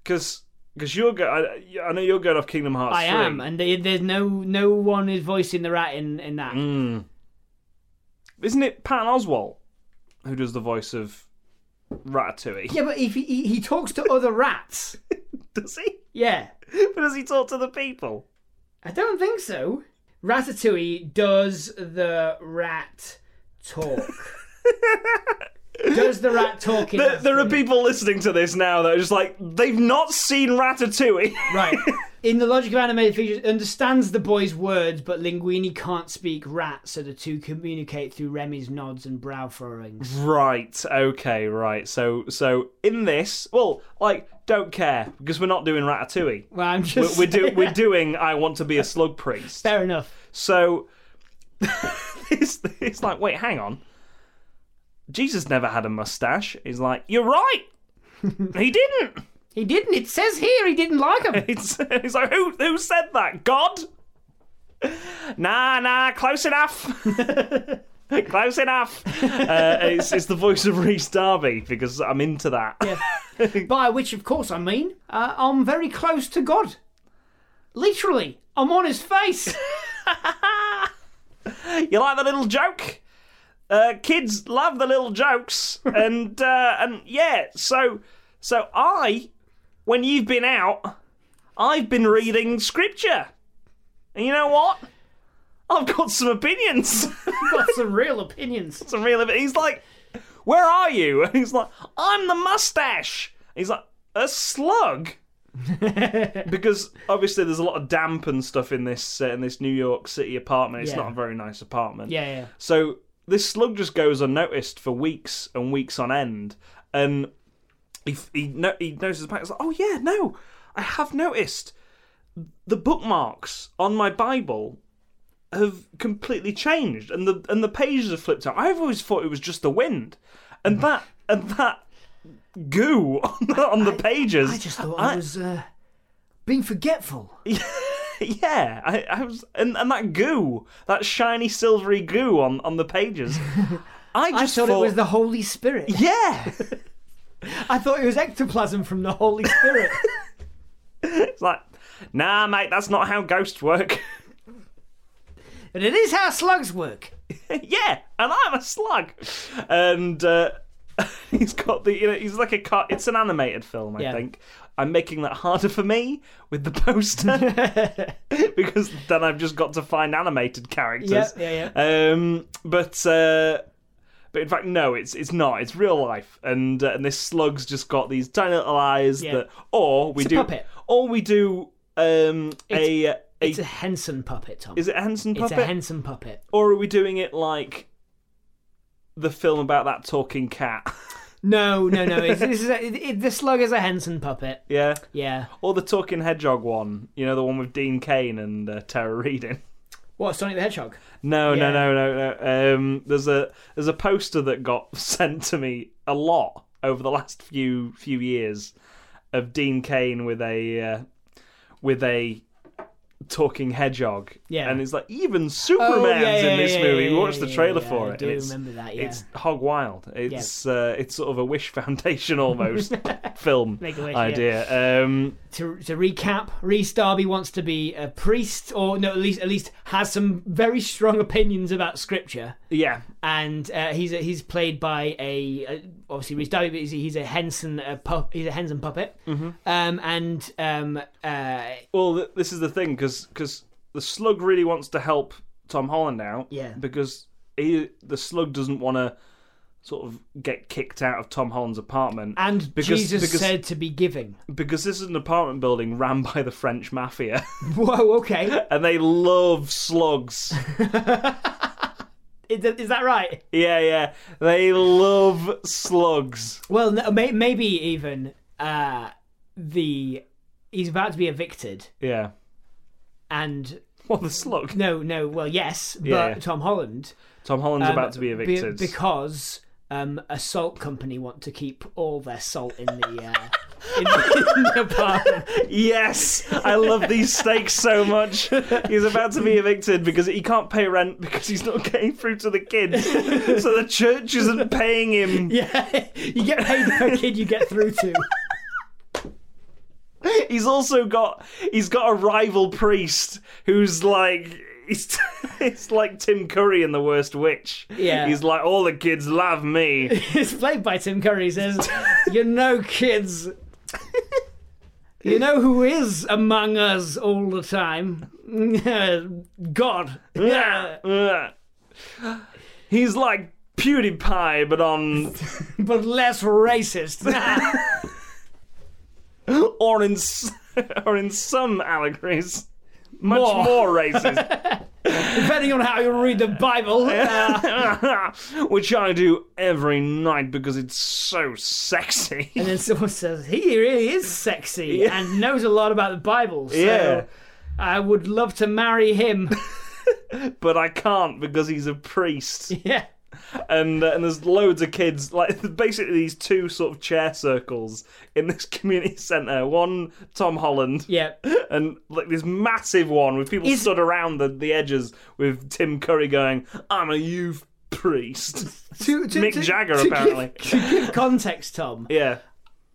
A: because because you're go- I, I know you're going off Kingdom Hearts.
C: I
A: 3.
C: am, and they, there's no no one is voicing the rat in in that.
A: Mm. Isn't it Patton Oswalt who does the voice of Ratatouille?
C: Yeah, but if he, he, he talks to other rats,
A: Does he?
C: yeah,
A: But does he talk to the people?
C: I don't think so. Ratatouille does the rat talk. does the rat talk? In
A: There,
C: Ratatouille?
A: there are people listening to this now that are just like they've not seen Ratatouille.
C: right in the logic of animated features. Understands the boy's words, but Linguini can't speak rat, so the two communicate through Remy's nods and brow furrowings.
A: Right. Okay. Right. So so in this, well, like don't care because we're not doing Ratatouille.
C: Well, I'm
A: We're,
C: just
A: we're, do,
C: saying-
A: we're doing. I want to be a slug priest.
C: fair enough.
A: So it's, it's like, wait, hang on. Jesus never had a mustache. He's like, you're right. He didn't.
C: He didn't. It says here he didn't like him.
A: It's, it's like, who who said that? God. nah, nah, close enough. close enough. Uh, it's, it's the voice of Reese Darby because I'm into that.
C: By which, of course, I mean uh, I'm very close to God. Literally, I'm on his face.
A: You like the little joke? Uh, kids love the little jokes, and uh, and yeah. So so I, when you've been out, I've been reading scripture, and you know what? I've got some opinions.
C: Got some real opinions.
A: some real. He's like, "Where are you?" And he's like, "I'm the mustache." And he's like, "A slug." because obviously there's a lot of damp and stuff in this uh, in this New York City apartment. It's
C: Yeah.
A: not a very nice apartment.
C: Yeah, yeah.
A: So this slug just goes unnoticed for weeks and weeks on end, and he he, no, he notices back. He's like, "Oh yeah, no, I have noticed the bookmarks on my Bible have completely changed, and the and the pages have flipped out. I've always thought it was just the wind, and that and that." Goo on the, on the pages.
C: I just thought I, was uh, being forgetful.
A: Yeah, I, I was, and, and that goo, that shiny silvery goo on, on the pages. I
C: I
A: just
C: thought it
A: thought
C: was the Holy Spirit.
A: yeah,
C: I thought it was ectoplasm from the Holy Spirit.
A: it's like, nah, mate, that's not how ghosts work.
C: but it is how slugs work.
A: yeah, and I'm a slug, and uh, he's got the, you know, he's like a car. It's an animated film, I
C: Yeah.
A: think. I'm making that harder for me with the poster because then I've just got to find animated characters.
C: yeah,
A: Um, but uh, but in fact, no, it's it's not. It's real life, and uh, and this slug's just got these tiny little eyes
C: Yeah.
A: that, or we
C: It's a
A: do,
C: puppet.
A: or we do um, a a.
C: It's a Henson puppet, Tom.
A: is it a Henson
C: it's
A: puppet,
C: a Henson puppet.
A: or are we doing it like the film about that talking cat?
C: No, no, no. It's, this is a, it, it- the slug is a Henson puppet.
A: yeah,
C: Yeah.
A: or the talking hedgehog one. You know, the one with Dean Kane and uh, Tara Reading.
C: What, Sonic the Hedgehog?
A: No,
C: Yeah.
A: no, no, no, no. Um, there's a there's a poster that got sent to me a lot over the last few few years of Dean Kane with a uh, with a talking hedgehog.
C: Yeah. Oh,
A: and it's like even Superman's in this movie. we watched the trailer for it.
C: I do
A: and it's,
C: remember that, yeah.
A: It's hog wild. It's uh, it's sort of a Wish Foundation almost film
C: Make-A-Wish, yeah.
A: idea. Um,
C: to, to recap, Reese Darby wants to be a priest, or no, at least at least has some very strong opinions about scripture.
A: yeah,
C: And uh, he's a, he's played by a, a obviously Reese Darby, but he's, he's a Henson uh pup, he's a Henson puppet.
A: Mm-hmm.
C: Um, and um, uh,
A: Well, th- this is the thing because the slug really wants to help Tom Holland out.
C: Yeah.
A: Because he the slug doesn't want to sort of get kicked out of Tom Holland's apartment.
C: and
A: Because-
C: Jesus
A: because-
C: said to be giving.
A: because this is an apartment building ran by the French mafia,
C: Whoa, okay,
A: and they love slugs.
C: is, that- is that right?
A: yeah, yeah, they love slugs.
C: Well, no, may, maybe even uh, the he's about to be evicted,
A: Yeah.
C: and
A: Well, the slug.
C: no, no, well, yes, but
A: Yeah.
C: Tom Holland.
A: Tom Holland's
C: Um,
A: about to be
C: be-
A: evicted.
C: because um, a salt company want to keep all their salt in the uh, in, the, in the apartment.
A: Yes, I love these stakes so much. He's about to be evicted because he can't pay rent because he's not getting through to the kids. So the church isn't paying him.
C: Yeah, you get paid per kid you get through to.
A: He's also got he's got a rival priest who's like he's, it's like Tim Curry in The Worst Witch.
C: Yeah.
A: He's like all the kids love me.
C: It's played by Tim Curry. He says, "You know, kids." You know who is among us all the time? God. Yeah.
A: Ugh. He's like PewDiePie but on
C: But less racist.
A: or in s- or in some allegories much
C: More.
A: more racist.
C: Depending on how you read the Bible. Uh,
A: Which I do every night because it's so sexy.
C: And then someone says, he really is sexy
A: Yeah.
C: and knows a lot about the Bible. So
A: Yeah.
C: I would love to marry him.
A: But I can't because he's a priest.
C: yeah.
A: and uh, and there's loads of kids. Like basically these two sort of chair circles in this community centre. One Tom Holland,
C: Yeah.
A: and like this massive one with people
C: Is-
A: stood around the, the edges with Tim Curry going, "I'm a youth priest."
C: To, to,
A: Mick
C: to-
A: Jagger,
C: to give-
A: apparently.
C: to give context, Tom,
A: yeah.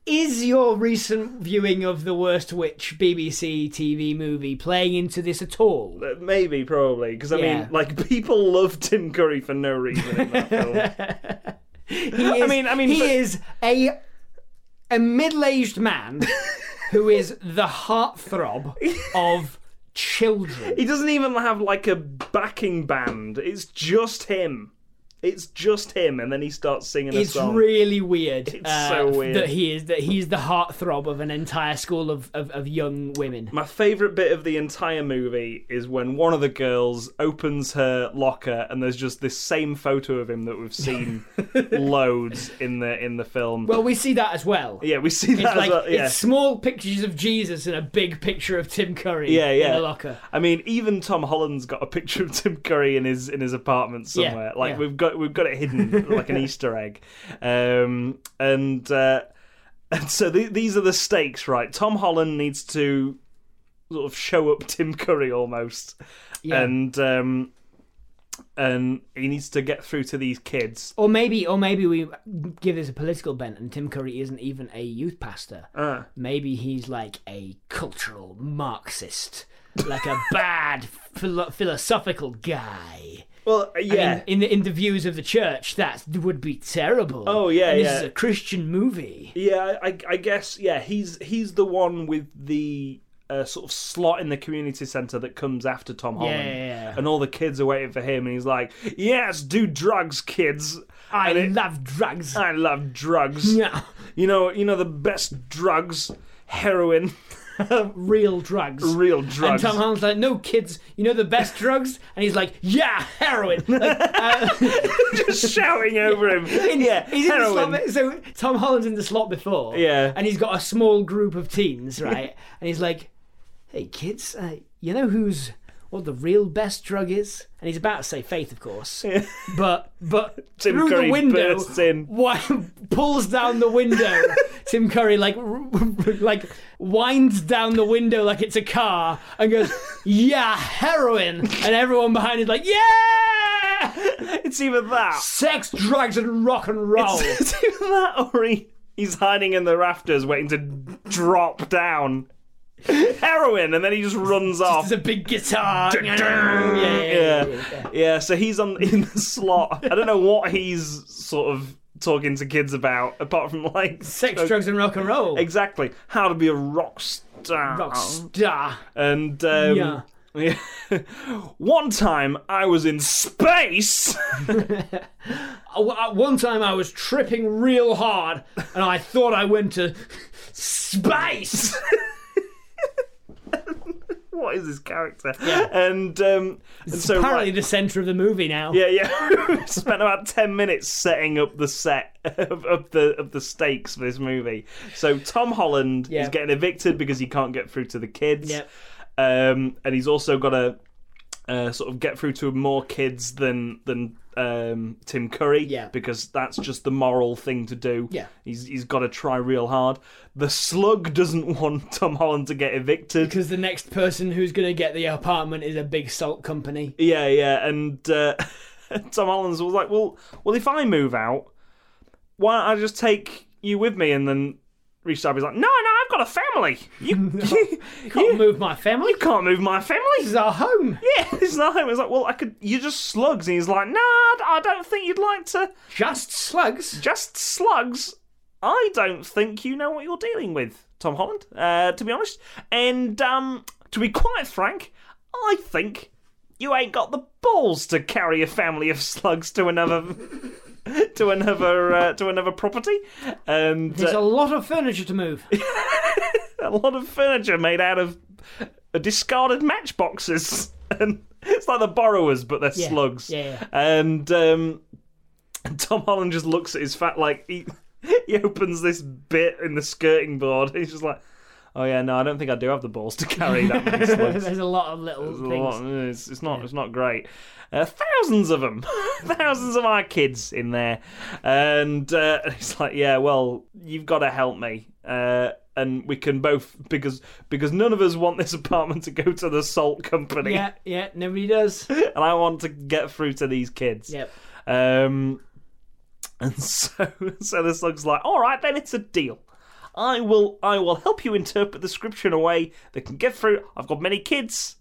C: is your recent viewing of The Worst Witch BBC TV movie playing into this at all?
A: Uh, Maybe, probably, because I
C: Yeah.
A: mean, like people love Tim Curry for no reason in that film.
C: He is,
A: mean- I mean,
C: he
A: but-
C: is a a middle-aged man who is the heartthrob of children.
A: He doesn't even have like a backing band. It's just him. It's just him, and then he starts singing a
C: It's
A: song.
C: really weird. uh,
A: It's so weird.
C: that he is that he's the heartthrob of an entire school of, of, of young women.
A: My favourite bit of the entire movie is when one of the girls opens her locker, and there's just this same photo of him that we've seen loads in the in the film.
C: Well, we see that as well.
A: yeah, we see
C: It's
A: that.
C: like
A: as well. Yeah.
C: it's small pictures of Jesus and a big picture of Tim Curry
A: Yeah, yeah.
C: in a locker.
A: I mean, even Tom Holland's got a picture of Tim Curry in his in his apartment
C: Yeah,
A: somewhere. like
C: yeah.
A: we've got we've got it hidden like an Easter egg, um, and uh, and so the, these are the stakes, right? Tom Holland needs to sort of show up Tim Curry almost,
C: Yeah.
A: and um, and he needs to get through to these kids.
C: Or maybe, or maybe we give this a political bent, and Tim Curry isn't even a youth pastor.
A: Uh.
C: Maybe he's like a cultural Marxist, like a bad philo- philosophical guy.
A: Well, yeah.
C: In, in the in the views of the church, that would be terrible.
A: Oh, yeah,
C: and
A: yeah.
C: This is a Christian movie.
A: Yeah, I, I guess yeah. He's he's the one with the uh, sort of slot in the community center that comes after Tom Holland,
C: yeah, yeah.
A: and all the kids are waiting for him, and he's like, "Yes, do drugs, kids.
C: I
A: And it-
C: love drugs.
A: I love drugs.
C: Yeah,
A: You know, you know the best drugs, heroin,
C: real drugs.
A: real
C: And
A: drugs.
C: Tom Holland's like, no kids, you know the best drugs, and he's like, yeah, heroin. Like, uh,
A: Just shouting over him.
C: in,
A: Yeah,
C: he's in the
A: heroin.
C: slot. So Tom Holland's in the slot before.
A: Yeah.
C: and he's got a small group of teens, right? and he's like, "Hey kids, uh, you know who's what the real best drug is?" And he's about to say faith, of course, but but
A: Tim
C: through
A: Curry
C: the window,
A: bursts in.
C: wi- pulls down the window. Tim Curry like r- r- like winds down the window like it's a car and goes, "Yeah, heroin," and everyone behind is like, "Yeah."
A: It's either that. Oh.
C: Sex, drugs, and rock and roll.
A: It's either that or he, he's hiding in the rafters waiting to drop down. Heroin, and then he just runs off.
C: There's a big guitar. yeah, yeah, yeah, yeah, yeah.
A: yeah, yeah. So he's on in the slot. I don't know what he's sort of talking to kids about, apart from like
C: Sex, drugs, and rock and roll.
A: exactly how to be a rock star.
C: rock star.
A: And Oh. um,
C: Yeah.
A: yeah. one time I was in space.
C: Uh, At one time, I was tripping real hard, and I thought I went to space.
A: what is this character? And um, and so
C: Apparently,
A: right-
C: the centre of the movie now.
A: Yeah, yeah. Spent about ten minutes setting up the set of, of the of the stakes for this movie. So Tom Holland
C: Yeah.
A: is getting evicted because he can't get through to the kids.
C: Yep.
A: Um, and he's also got to uh, sort of get through to more kids than than um, Tim Curry.
C: Yeah.
A: Because that's just the moral thing to do.
C: Yeah.
A: He's he's got to try real hard. The slug doesn't want Tom Holland to get evicted.
C: Because the next person who's going to get the apartment is a big salt company.
A: Yeah, yeah, and uh, Tom Holland's was like, "Well, well, if I move out, why don't I just take you with me?" And then Reece Darby's like, "No, no, I've got a family. You, you,
C: Can't move my family.
A: you can't move my
C: This
A: family."
C: is our home.
A: Yeah, it's not him. It's like, "Well, I could." You're just slugs, and he's like, "No, I d- I don't think you'd like to.
C: Just slugs.
A: Just slugs. I don't think you know what you're dealing with, Tom Holland. Uh, to be honest, and um, to be quite frank, I think." you ain't got the balls to carry a family of slugs to another to another uh, to another property and
C: There's a
A: uh,
C: lot of furniture to move.
A: a lot of furniture made out of uh, discarded matchboxes and it's like the borrowers but they're
C: Yeah,
A: slugs
C: yeah,
A: and um and Tom Holland just looks at his fat like he he opens this bit in the skirting board and he's just like oh yeah, no, I don't think I do have the balls to carry that many slugs.
C: There's a lot of little
A: There's a
C: things.
A: lot- it's, it's not. It's not great. Uh, thousands of them, thousands of our kids in there, and uh, it's like, yeah, well, you've got to help me, uh, and we can both because because none of us want this apartment to go to the salt company,
C: Yeah, yeah, nobody does.
A: and I want to get through to these kids.
C: Yep.
A: Um, and so, so this looks like, all right, then it's a deal. I will, I will help you interpret the scripture in a way that can get through. I've got many kids.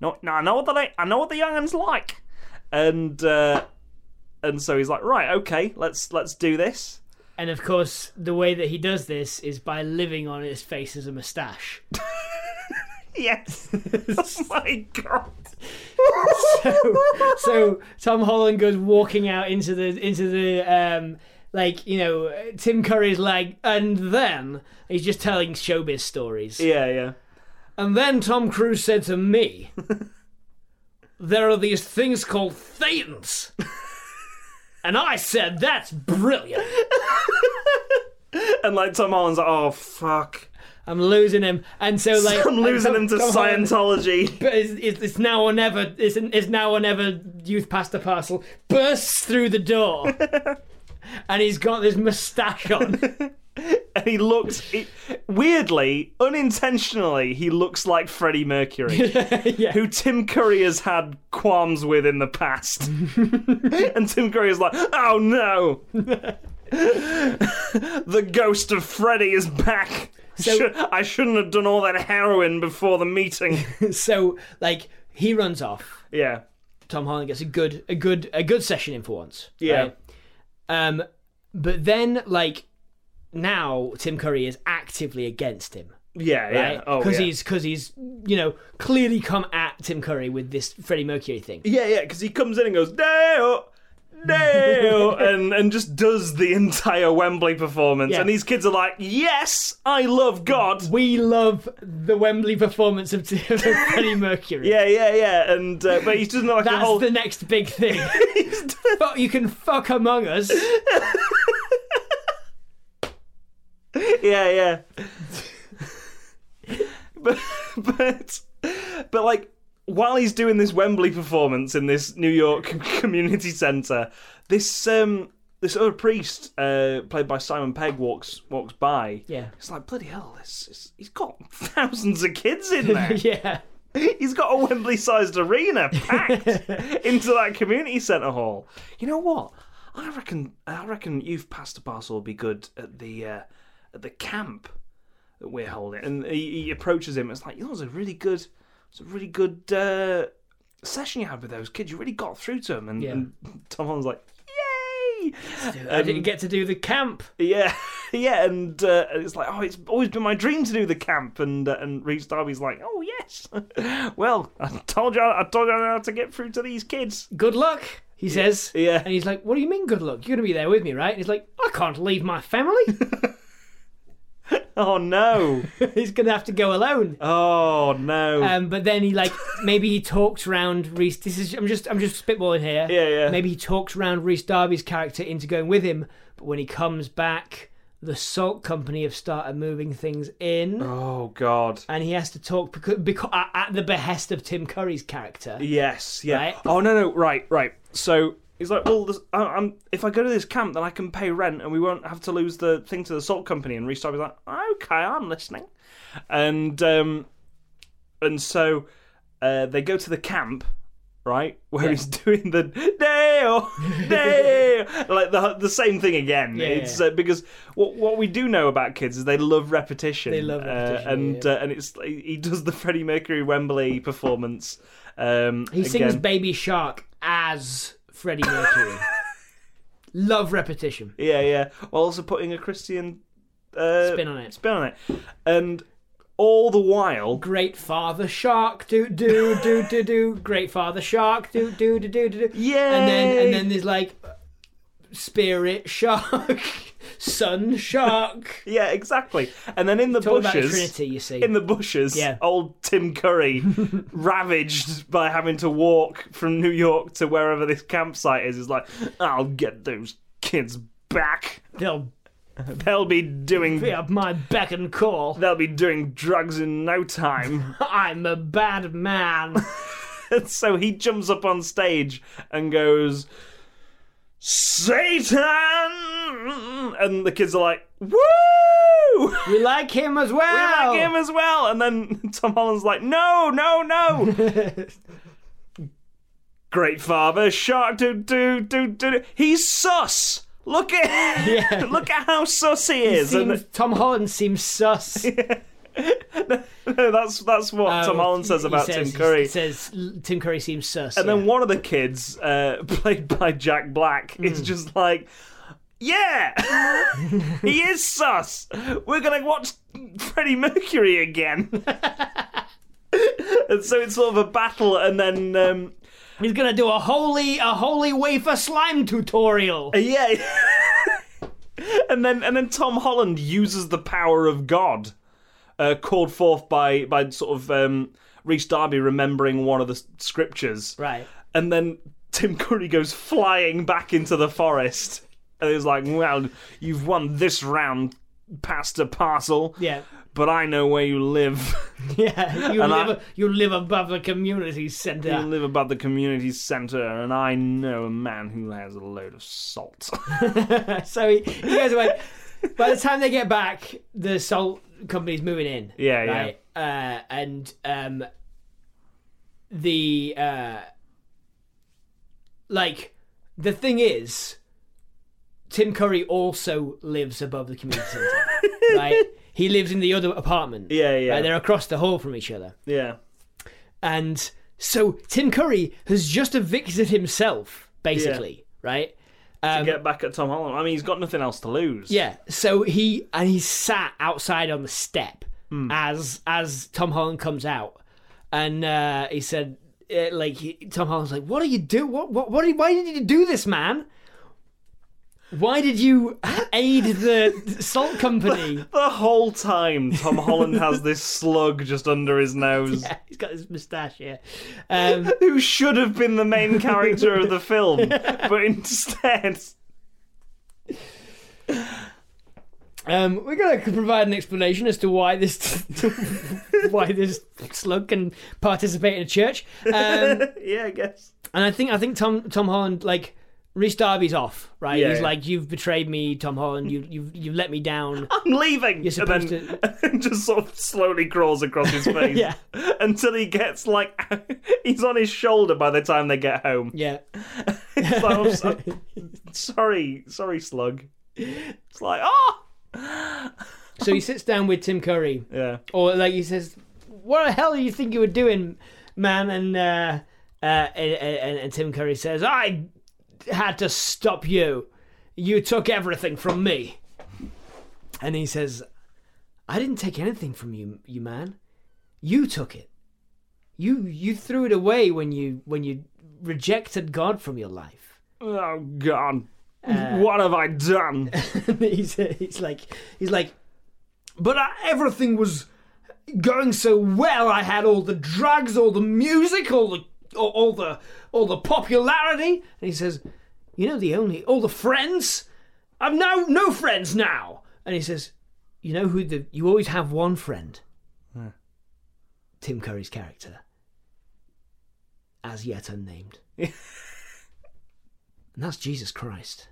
A: No, no, I know what they, I know what the younguns like. And uh, and so he's like, right, okay, let's let's do this.
C: And of course, the way that he does this is by living on his face as a moustache.
A: Yes. oh my god.
C: so Tom Holland goes walking out into the into the um like you know uh, Tim Curry's like and then he's just telling showbiz stories.
A: Yeah, yeah.
C: And then Tom Cruise said to me, "There are these things called thetans." And I said, "That's brilliant."
A: And like Tom Holland's like, oh fuck,
C: I'm losing him, and so like
A: I'm losing
C: and
A: him to
C: Tom- Tom Holland-
A: Scientology.
C: but it's, it's, it's now or never. It's, it's now or never. Youth pasta parcel bursts through the door, and he's got this moustache on.
A: and he looks he, weirdly, unintentionally, he looks like Freddie Mercury,
C: yeah.
A: who Tim Curry has had qualms with in the past. and Tim Curry is like, "Oh no, the ghost of Freddie is back." Shou- I shouldn't have done all that heroin before the meeting.
C: So like he runs off.
A: yeah,
C: Tom Holland gets a good a good a good session in for once.
A: yeah,
C: right? Um, but then like now Tim Curry is actively against him.
A: yeah, yeah.
C: Right?
A: Oh,
C: Because
A: yeah.
C: he's because he's you know clearly come at Tim Curry with this Freddie Mercury thing.
A: Yeah, yeah, because he comes in and goes, Dale! Dale! and, and just does the entire Wembley performance.
C: Yeah.
A: And these kids are like, yes, I love God.
C: We love the Wembley performance of Tim- of Freddie Mercury.
A: Yeah, yeah, yeah. And uh, But he's just not like a
C: That's
A: whole.
C: the next big thing. Fuck, you can fuck Among Us.
A: yeah, yeah. but, but, but like, while he's doing this Wembley performance in this New York community centre, this um this other priest, uh, played by Simon Pegg, walks walks by.
C: Yeah.
A: it's like bloody hell. This, this he's got thousands of kids in there.
C: yeah.
A: he's got a Wembley-sized arena packed into that community centre hall. You know what? I reckon. I reckon you've passed a parcel will be good at the uh, at the camp that we're holding. And he, he approaches him. It's like, you know, it's a really good, it's a really good uh, session you had with those kids. You really got through to them. And,
C: Yeah.
A: and Tom Holland's like, yay!
C: I
A: Um,
C: didn't get to do the camp.
A: Yeah, yeah, and uh, and it's like, oh, it's always been my dream to do the camp, and uh, and Reece Darby's like, oh yes, well, I told you, I told you how to get through to these kids.
C: Good luck, he says.
A: Yeah.
C: And he's like, What do you mean good luck? You're going to be there with me, right? And he's like, I can't leave my family.
A: Oh no,
C: he's going to have to go alone.
A: oh no,
C: Um, but then he like maybe he talks round Reese. This is I'm just I'm just spitballing here.
A: Yeah, yeah.
C: Maybe he talks round Reese Darby's character into going with him. But when he comes back, the salt company have started moving things in,
A: oh god,
C: and he has to talk because, at the behest of Tim Curry's character.
A: yes, yeah.
C: Right.
A: Oh no, no, right, right. So he's like, well, this, I, I'm if I go to this camp, then I can pay rent, and we won't have to lose the thing to the salt company. And Reece Darby's like, okay, I'm listening, and um, and so uh, they go to the camp, right, where he's doing the Dale, Dale, like the the same thing again.
C: Yeah,
A: it's
C: yeah.
A: Uh, because what what we do know about kids is they love repetition.
C: They love
A: Uh,
C: repetition,
A: and
C: yeah,
A: Uh, and it's he he does the Freddie Mercury Wembley performance. Um,
C: He sings
A: again.
C: "Baby Shark" as Freddie Mercury. Love repetition.
A: Yeah, yeah. While also putting a Christian uh,
C: Spin on it.
A: Spin on it. And all the while,
C: Great father shark, do do do do do. Great father shark, do do do do do. do.
A: yeah.
C: and then and then there's like spirit shark, sun shark.
A: yeah, exactly. And then in the
C: Talk about the
A: bushes,
C: Trinity, you see.
A: in the bushes,
C: Yeah.
A: old Tim Curry ravaged by having to walk from New York to wherever this campsite is. Is like, I'll get those kids back.
C: They'll
A: They'll be doing
C: Be at my beck and call.
A: they'll be doing drugs in no time.
C: I'm a bad man.
A: so he jumps up on stage and goes Satan and the kids are like woo
C: We like him as
A: we
C: well.
A: like him as well. And then Tom Holland's like, no, no, no. Great father, shark, do, do, do, do. do. He's sus. Look at
C: Yeah.
A: look at how sus he is.
C: Seems- Tom Holland seems sus.
A: and that's that's what Tom
C: Oh,
A: Holland says
C: he
A: about
C: says-
A: Tim Curry.
C: He says Tim Curry seems sus.
A: And then one of the kids, uh, played by Jack Black, is just like, yeah, he is sus. We're going to watch Freddie Mercury again. and so it's sort of a battle, and then. Um,
C: He's gonna do a holy a holy wafer slime tutorial.
A: yeah. and then and then Tom Holland uses the power of God, uh, called forth by by sort of um, Reese Darby remembering one of the s- scriptures.
C: Right.
A: And then Tim Curry goes flying back into the forest. And he's like, Well, you've won this round, Pastor Parcel.
C: Yeah.
A: But I know where you live.
C: Yeah. You
A: And I-
C: live you live above the community center.
A: You live above the community centre, and I know a man who has a load of salt.
C: so he, he goes away. By the time they get back, the salt company's moving in.
A: Yeah, yeah.
C: right? yeah. Uh, and um, the uh, like the thing is, Tim Curry also lives above the community center. right, he lives in the other apartment.
A: Yeah, yeah.
C: Right? They're across the hall from each other.
A: yeah.
C: And so Tim Curry has just evicted himself, basically, right? Um,
A: Get back at Tom Holland. I mean, he's got nothing else to lose.
C: Yeah. So he and he sat outside on the step as as Tom Holland comes out, and uh, he said, uh, like he, Tom Holland's like, "What are you do? What what what? Are you, why did you do this, man? Why did you aid the salt company?"
A: The whole time, Tom Holland has this slug just under his nose,
C: Yeah, He's got his moustache, yeah. Um,
A: who should have been the main character of the film, but instead.
C: um, we're gonna provide an explanation as to why this, why this slug can participate in a church. Um,
A: yeah, I guess.
C: And I think I think Tom Tom Holland like Reese Darby's off, right?
A: Yeah,
C: He's
A: yeah.
C: like, "You've betrayed me, Tom Holland. You you you let me down."
A: I'm leaving.
C: You're supposed
A: and then just sort of slowly crawls across his face
C: Yeah.
A: until he gets like he's on his shoulder by the time they get home.
C: yeah,
A: It's like, I'm so- sorry, sorry, slug. It's like oh
C: so he sits down with Tim Curry,
A: yeah,
C: or like he says, "What the hell do you think you were doing, man?" And uh, uh, and, and, and Tim Curry says, "I had to stop you. You took everything from me." And he says, "I didn't take anything from you, you man. You took it. You you threw it away when you when you rejected God from your life."
A: oh god,
C: Uh.
A: what have I done?
C: he's, he's like he's like but I, everything was going so well i had all the drugs all the music all the all, all the all the popularity and he says you know the only all the friends i've no no friends now and he says you know who the you always have one friend tim curry's character as yet unnamed and that's jesus christ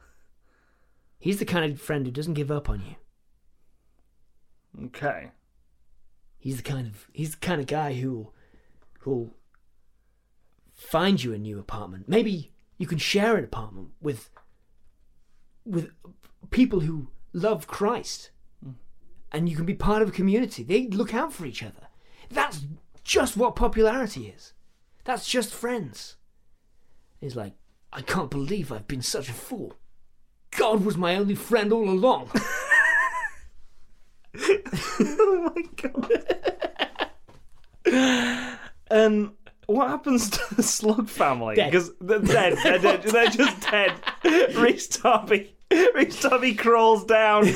C: he's the kind of friend who doesn't give up on you
A: Okay,
C: He's the kind of he's the kind of guy who who'll find you a new apartment. Maybe you can share an apartment with with people who love Christ. And you can be part of a community. They look out for each other. That's just what popularity is. That's just friends. He's like, I can't believe I've been such a fool. God was my only friend all along.
A: oh my god. um, what happens to the slug family?
C: Dead.
A: Because they're dead. They're, dead. they're just dead. Reese Darby. Reese Darby crawls down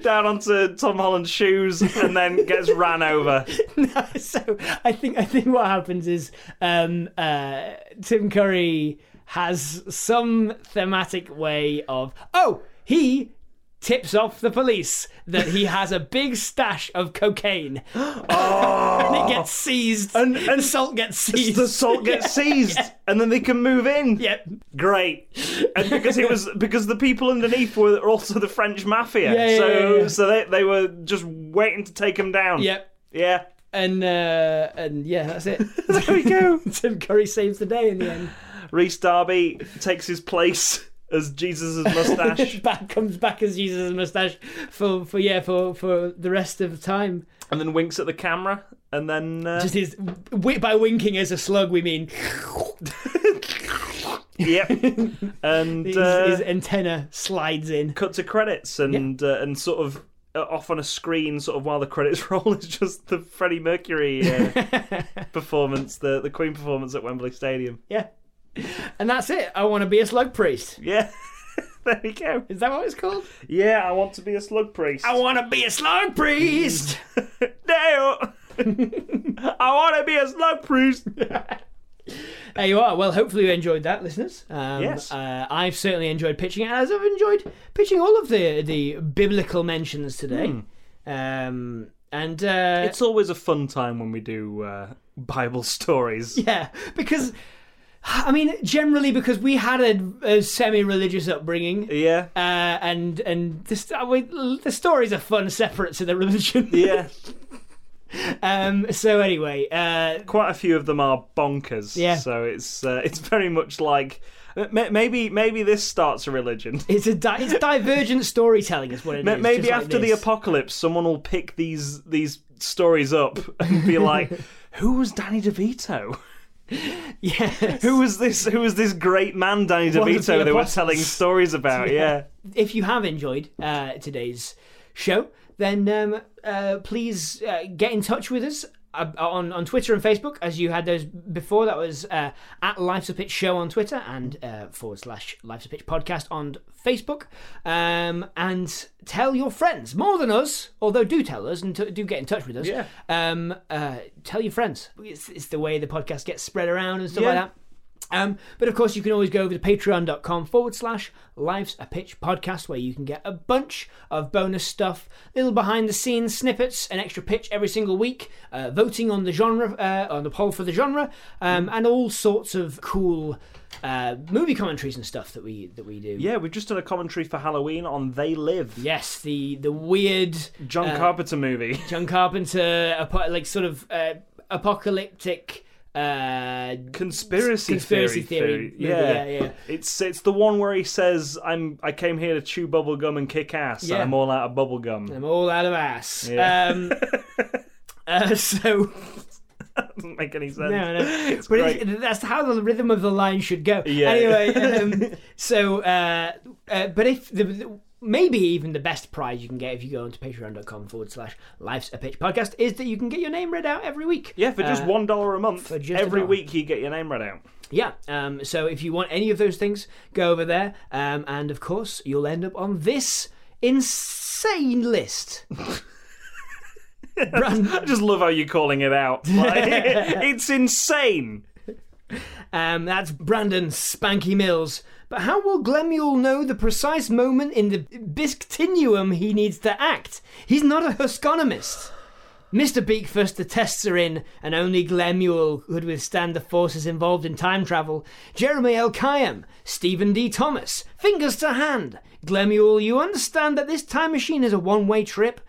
A: down onto Tom Holland's shoes and then gets ran over.
C: No, so I think I think what happens is um, uh, Tim Curry has some thematic way of oh he tips off the police that he has a big stash of cocaine. and it gets seized. And, the salt gets seized.
A: Oh, The salt gets seized, and then they can move in.
C: Yep.
A: Great, and because it was because the people underneath were also the French mafia,
C: Yeah, yeah,
A: so
C: yeah, yeah.
A: so they they were just waiting to take him down.
C: Yep.
A: Yeah.
C: And uh, and yeah, that's it.
A: There we go.
C: Tim Curry saves the day in the end.
A: Reese Darby takes his place as Jesus' mustache,
C: back comes back as Jesus' mustache for, for yeah for, for the rest of the time.
A: and then winks at the camera, and then uh,
C: Just his wi- by winking as a slug, we mean
A: yep, and
C: his,
A: uh,
C: his antenna slides in.
A: cut to credits and uh, and sort of uh, off on a screen, sort of while the credits roll, is just the Freddie Mercury uh, performance, the the Queen performance at Wembley Stadium.
C: Yeah, and that's it. I want to be a slug priest.
A: Yeah, there we go.
C: Is that what it's called?
A: Yeah, I want to be a slug priest.
C: I want to be a slug priest.
A: Dale, I want to be a slug priest.
C: There you are. Well, hopefully you enjoyed that, listeners. Um,
A: Yes.
C: uh, I've certainly enjoyed pitching it, as I've enjoyed pitching all of the the biblical mentions today. Um, and uh,
A: Hmm. It's always a fun time when we do uh, Bible stories.
C: yeah, because I mean, generally because we had a, a semi-religious upbringing.
A: Yeah.
C: Uh, and and the, st- we, the stories are fun separate to the religion.
A: Yeah,
C: Um, so anyway, uh,
A: quite a few of them are bonkers.
C: Yeah.
A: so it's uh, it's very much like m- maybe maybe this starts a religion.
C: it's a di- it's divergent storytelling is what it is.
A: Ma-
C: just
A: Maybe
C: like
A: after the
C: this.
A: apocalypse, someone will pick these these stories up and be like, "Who was Danny DeVito?
C: Yes.
A: Who was this? Who was this great man, Danny
C: One of the
A: DeVito? They were
C: apostles."
A: telling stories about." Yeah,
C: if you have enjoyed uh, today's show, then um, uh, please uh, get in touch with us uh, on on Twitter and Facebook, as you had those before. That was uh, at Life's a Pitch Show on Twitter and uh, forward slash Life's a Pitch Podcast on Facebook. Um, and tell your friends more than us, although do tell us and t- do get in touch with us.
A: Yeah.
C: Um, uh, tell your friends. It's, it's the way the podcast gets spread around and stuff
A: Yeah.
C: like that. Um, but of course, you can always go over to patreon.com forward slash Life's a Pitch podcast, where you can get a bunch of bonus stuff, little behind the scenes snippets, an extra pitch every single week, uh, voting on the genre, uh, on the poll for the genre, um, and all sorts of cool uh, movie commentaries and stuff that we that we do.
A: yeah. We've just done a commentary for Halloween on They Live,
C: Yes, the the weird Uh,
A: John Carpenter movie.
C: John Carpenter, apo- like sort of uh, apocalyptic. Uh,
A: Conspiracy,
C: Conspiracy
A: theory,
C: theory movie,
A: Yeah.
C: yeah, yeah.
A: It's it's the one where he says, "I'm I came here to chew bubble gum and kick ass, and
C: Yeah.
A: I'm all out of bubble gum."
C: I'm all out of ass.
A: Yeah.
C: Um, uh, so
A: Doesn't make any sense.
C: no, no. but it, that's how the rhythm of the line should go.
A: Yeah.
C: Anyway, um, so uh, uh, but if the, the- maybe even the best prize you can get if you go onto patreon.com forward slash life's a pitch podcast is that you can get your name read out every week.
A: Yeah, for just
C: Uh,
A: one dollar a month,
C: for just a
A: every
C: dollar.
A: week you get your name read out.
C: Yeah. Um, so if you want any of those things, go over there, um, and of course you'll end up on this insane list. Brand-
A: I just love how you're calling it out. Like, it's insane.
C: Um, that's Brandon Spanky Mills. But how will Glemuel know the precise moment in the bisctinuum he needs to act? He's not a husconomist. Mr. Beakfuss, the tests are in, and only Glemuel could withstand the forces involved in time travel. Jeremy L. Kayam, Stephen D. Thomas, fingers to hand. Glemuel, you understand that this time machine is a one way trip?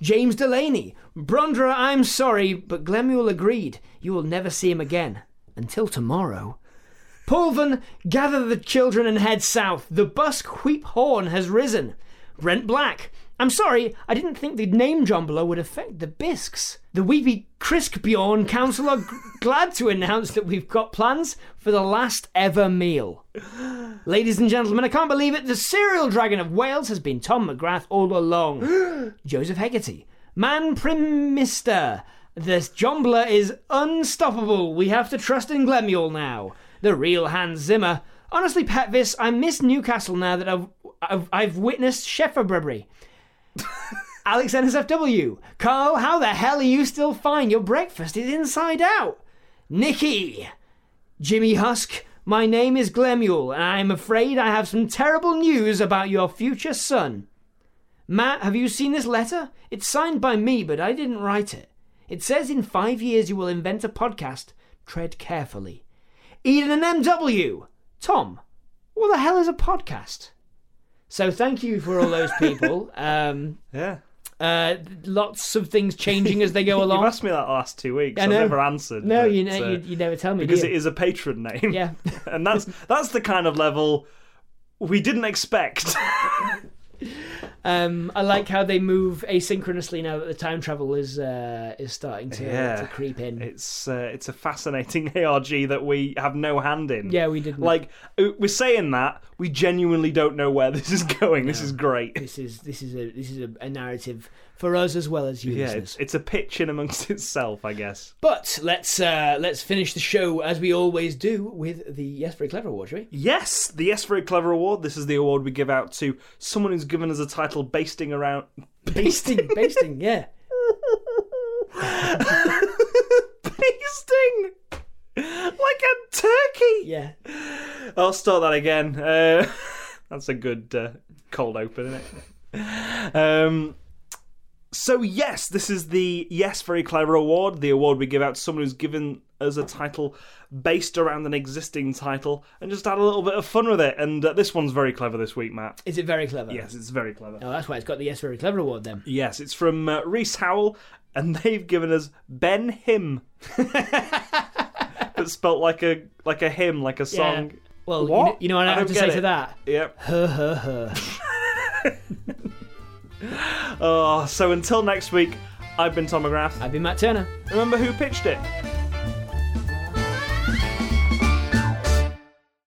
C: James Delaney, Brondra, I'm sorry, but Glemuel agreed. You will never see him again. Until tomorrow. Paulvan, gather the children and head south. The busqueep horn has risen. Brent Black, I'm sorry, I didn't think the name jumbler would affect the bisques. The weepy Criskbjorn Council are g- glad to announce that we've got plans for the last ever meal. Ladies and gentlemen, I can't believe it. The serial dragon of Wales has been Tom McGrath all along. Joseph Hegarty, Man Primister. This Jombler is unstoppable. We have to trust in Glemuel now. The real Hans Zimmer. Honestly, Petvis, I miss Newcastle now that I've I've, I've witnessed Shefferbury. Alex NSFW. Carl, how the hell are you still fine? Your breakfast is inside out. Nikki. Jimmy Husk, my name is Glemuel, and I am afraid I have some terrible news about your future son. Matt, have you seen this letter? It's signed by me, but I didn't write it. It says in five years you will invent a podcast. Tread carefully. Eden and MW! Tom, what the hell is a podcast? So thank you for all those people. um,
A: Yeah.
C: uh, lots of things changing as they go
A: You've
C: along.
A: asked me that the last two weeks.
C: I
A: I've
C: know.
A: never answered.
C: No,
A: but,
C: you,
A: uh,
C: know, you, you never tell me. do
A: because
C: you?
A: it is a patron name.
C: Yeah.
A: and that's that's the kind of level we didn't expect.
C: Um, I like how they move asynchronously now that the time travel is uh, is starting to,
A: Yeah.
C: to creep in.
A: it's uh, it's a fascinating ARG that we have no hand in.
C: yeah, we didn't.
A: Like uh, we're saying that we genuinely don't know where this is going. This is great.
C: this is this is a this is a, a narrative for us as well as you
A: Yeah,
C: listeners.
A: it's, it's a pitch in amongst itself, I guess.
C: But let's uh, let's finish the show as we always do with the Yes Very Clever Award, shall we?
A: Yes, the Yes Very Clever Award. This is the award we give out to someone who's given us a title basting around
C: Basting, basting, yeah.
A: basting like a turkey.
C: Yeah.
A: I'll start that again. Uh, that's a good uh, cold open, isn't it? Um, so yes, this is the Yes Very Clever Award, the award we give out to someone who's given us a title based around an existing title and just had a little bit of fun with it. And uh, this one's very clever this week, Matt.
C: Is it very clever?
A: Yes, it's very clever.
C: Oh, that's why it's got the Yes Very Clever Award then.
A: Yes, it's from uh, Reese Howell, and they've given us Ben Him, but spelt like a like a hymn, like a song.
C: Yeah. Well, you
A: What?
C: know, you know what
A: I
C: I, have
A: don't
C: to
A: get
C: say
A: it.
C: to that?
A: Yep.
C: Her, her, her.
A: Oh, so until next week, I've been Tom McGrath.
C: I've been Matt Turner.
A: Remember who pitched it?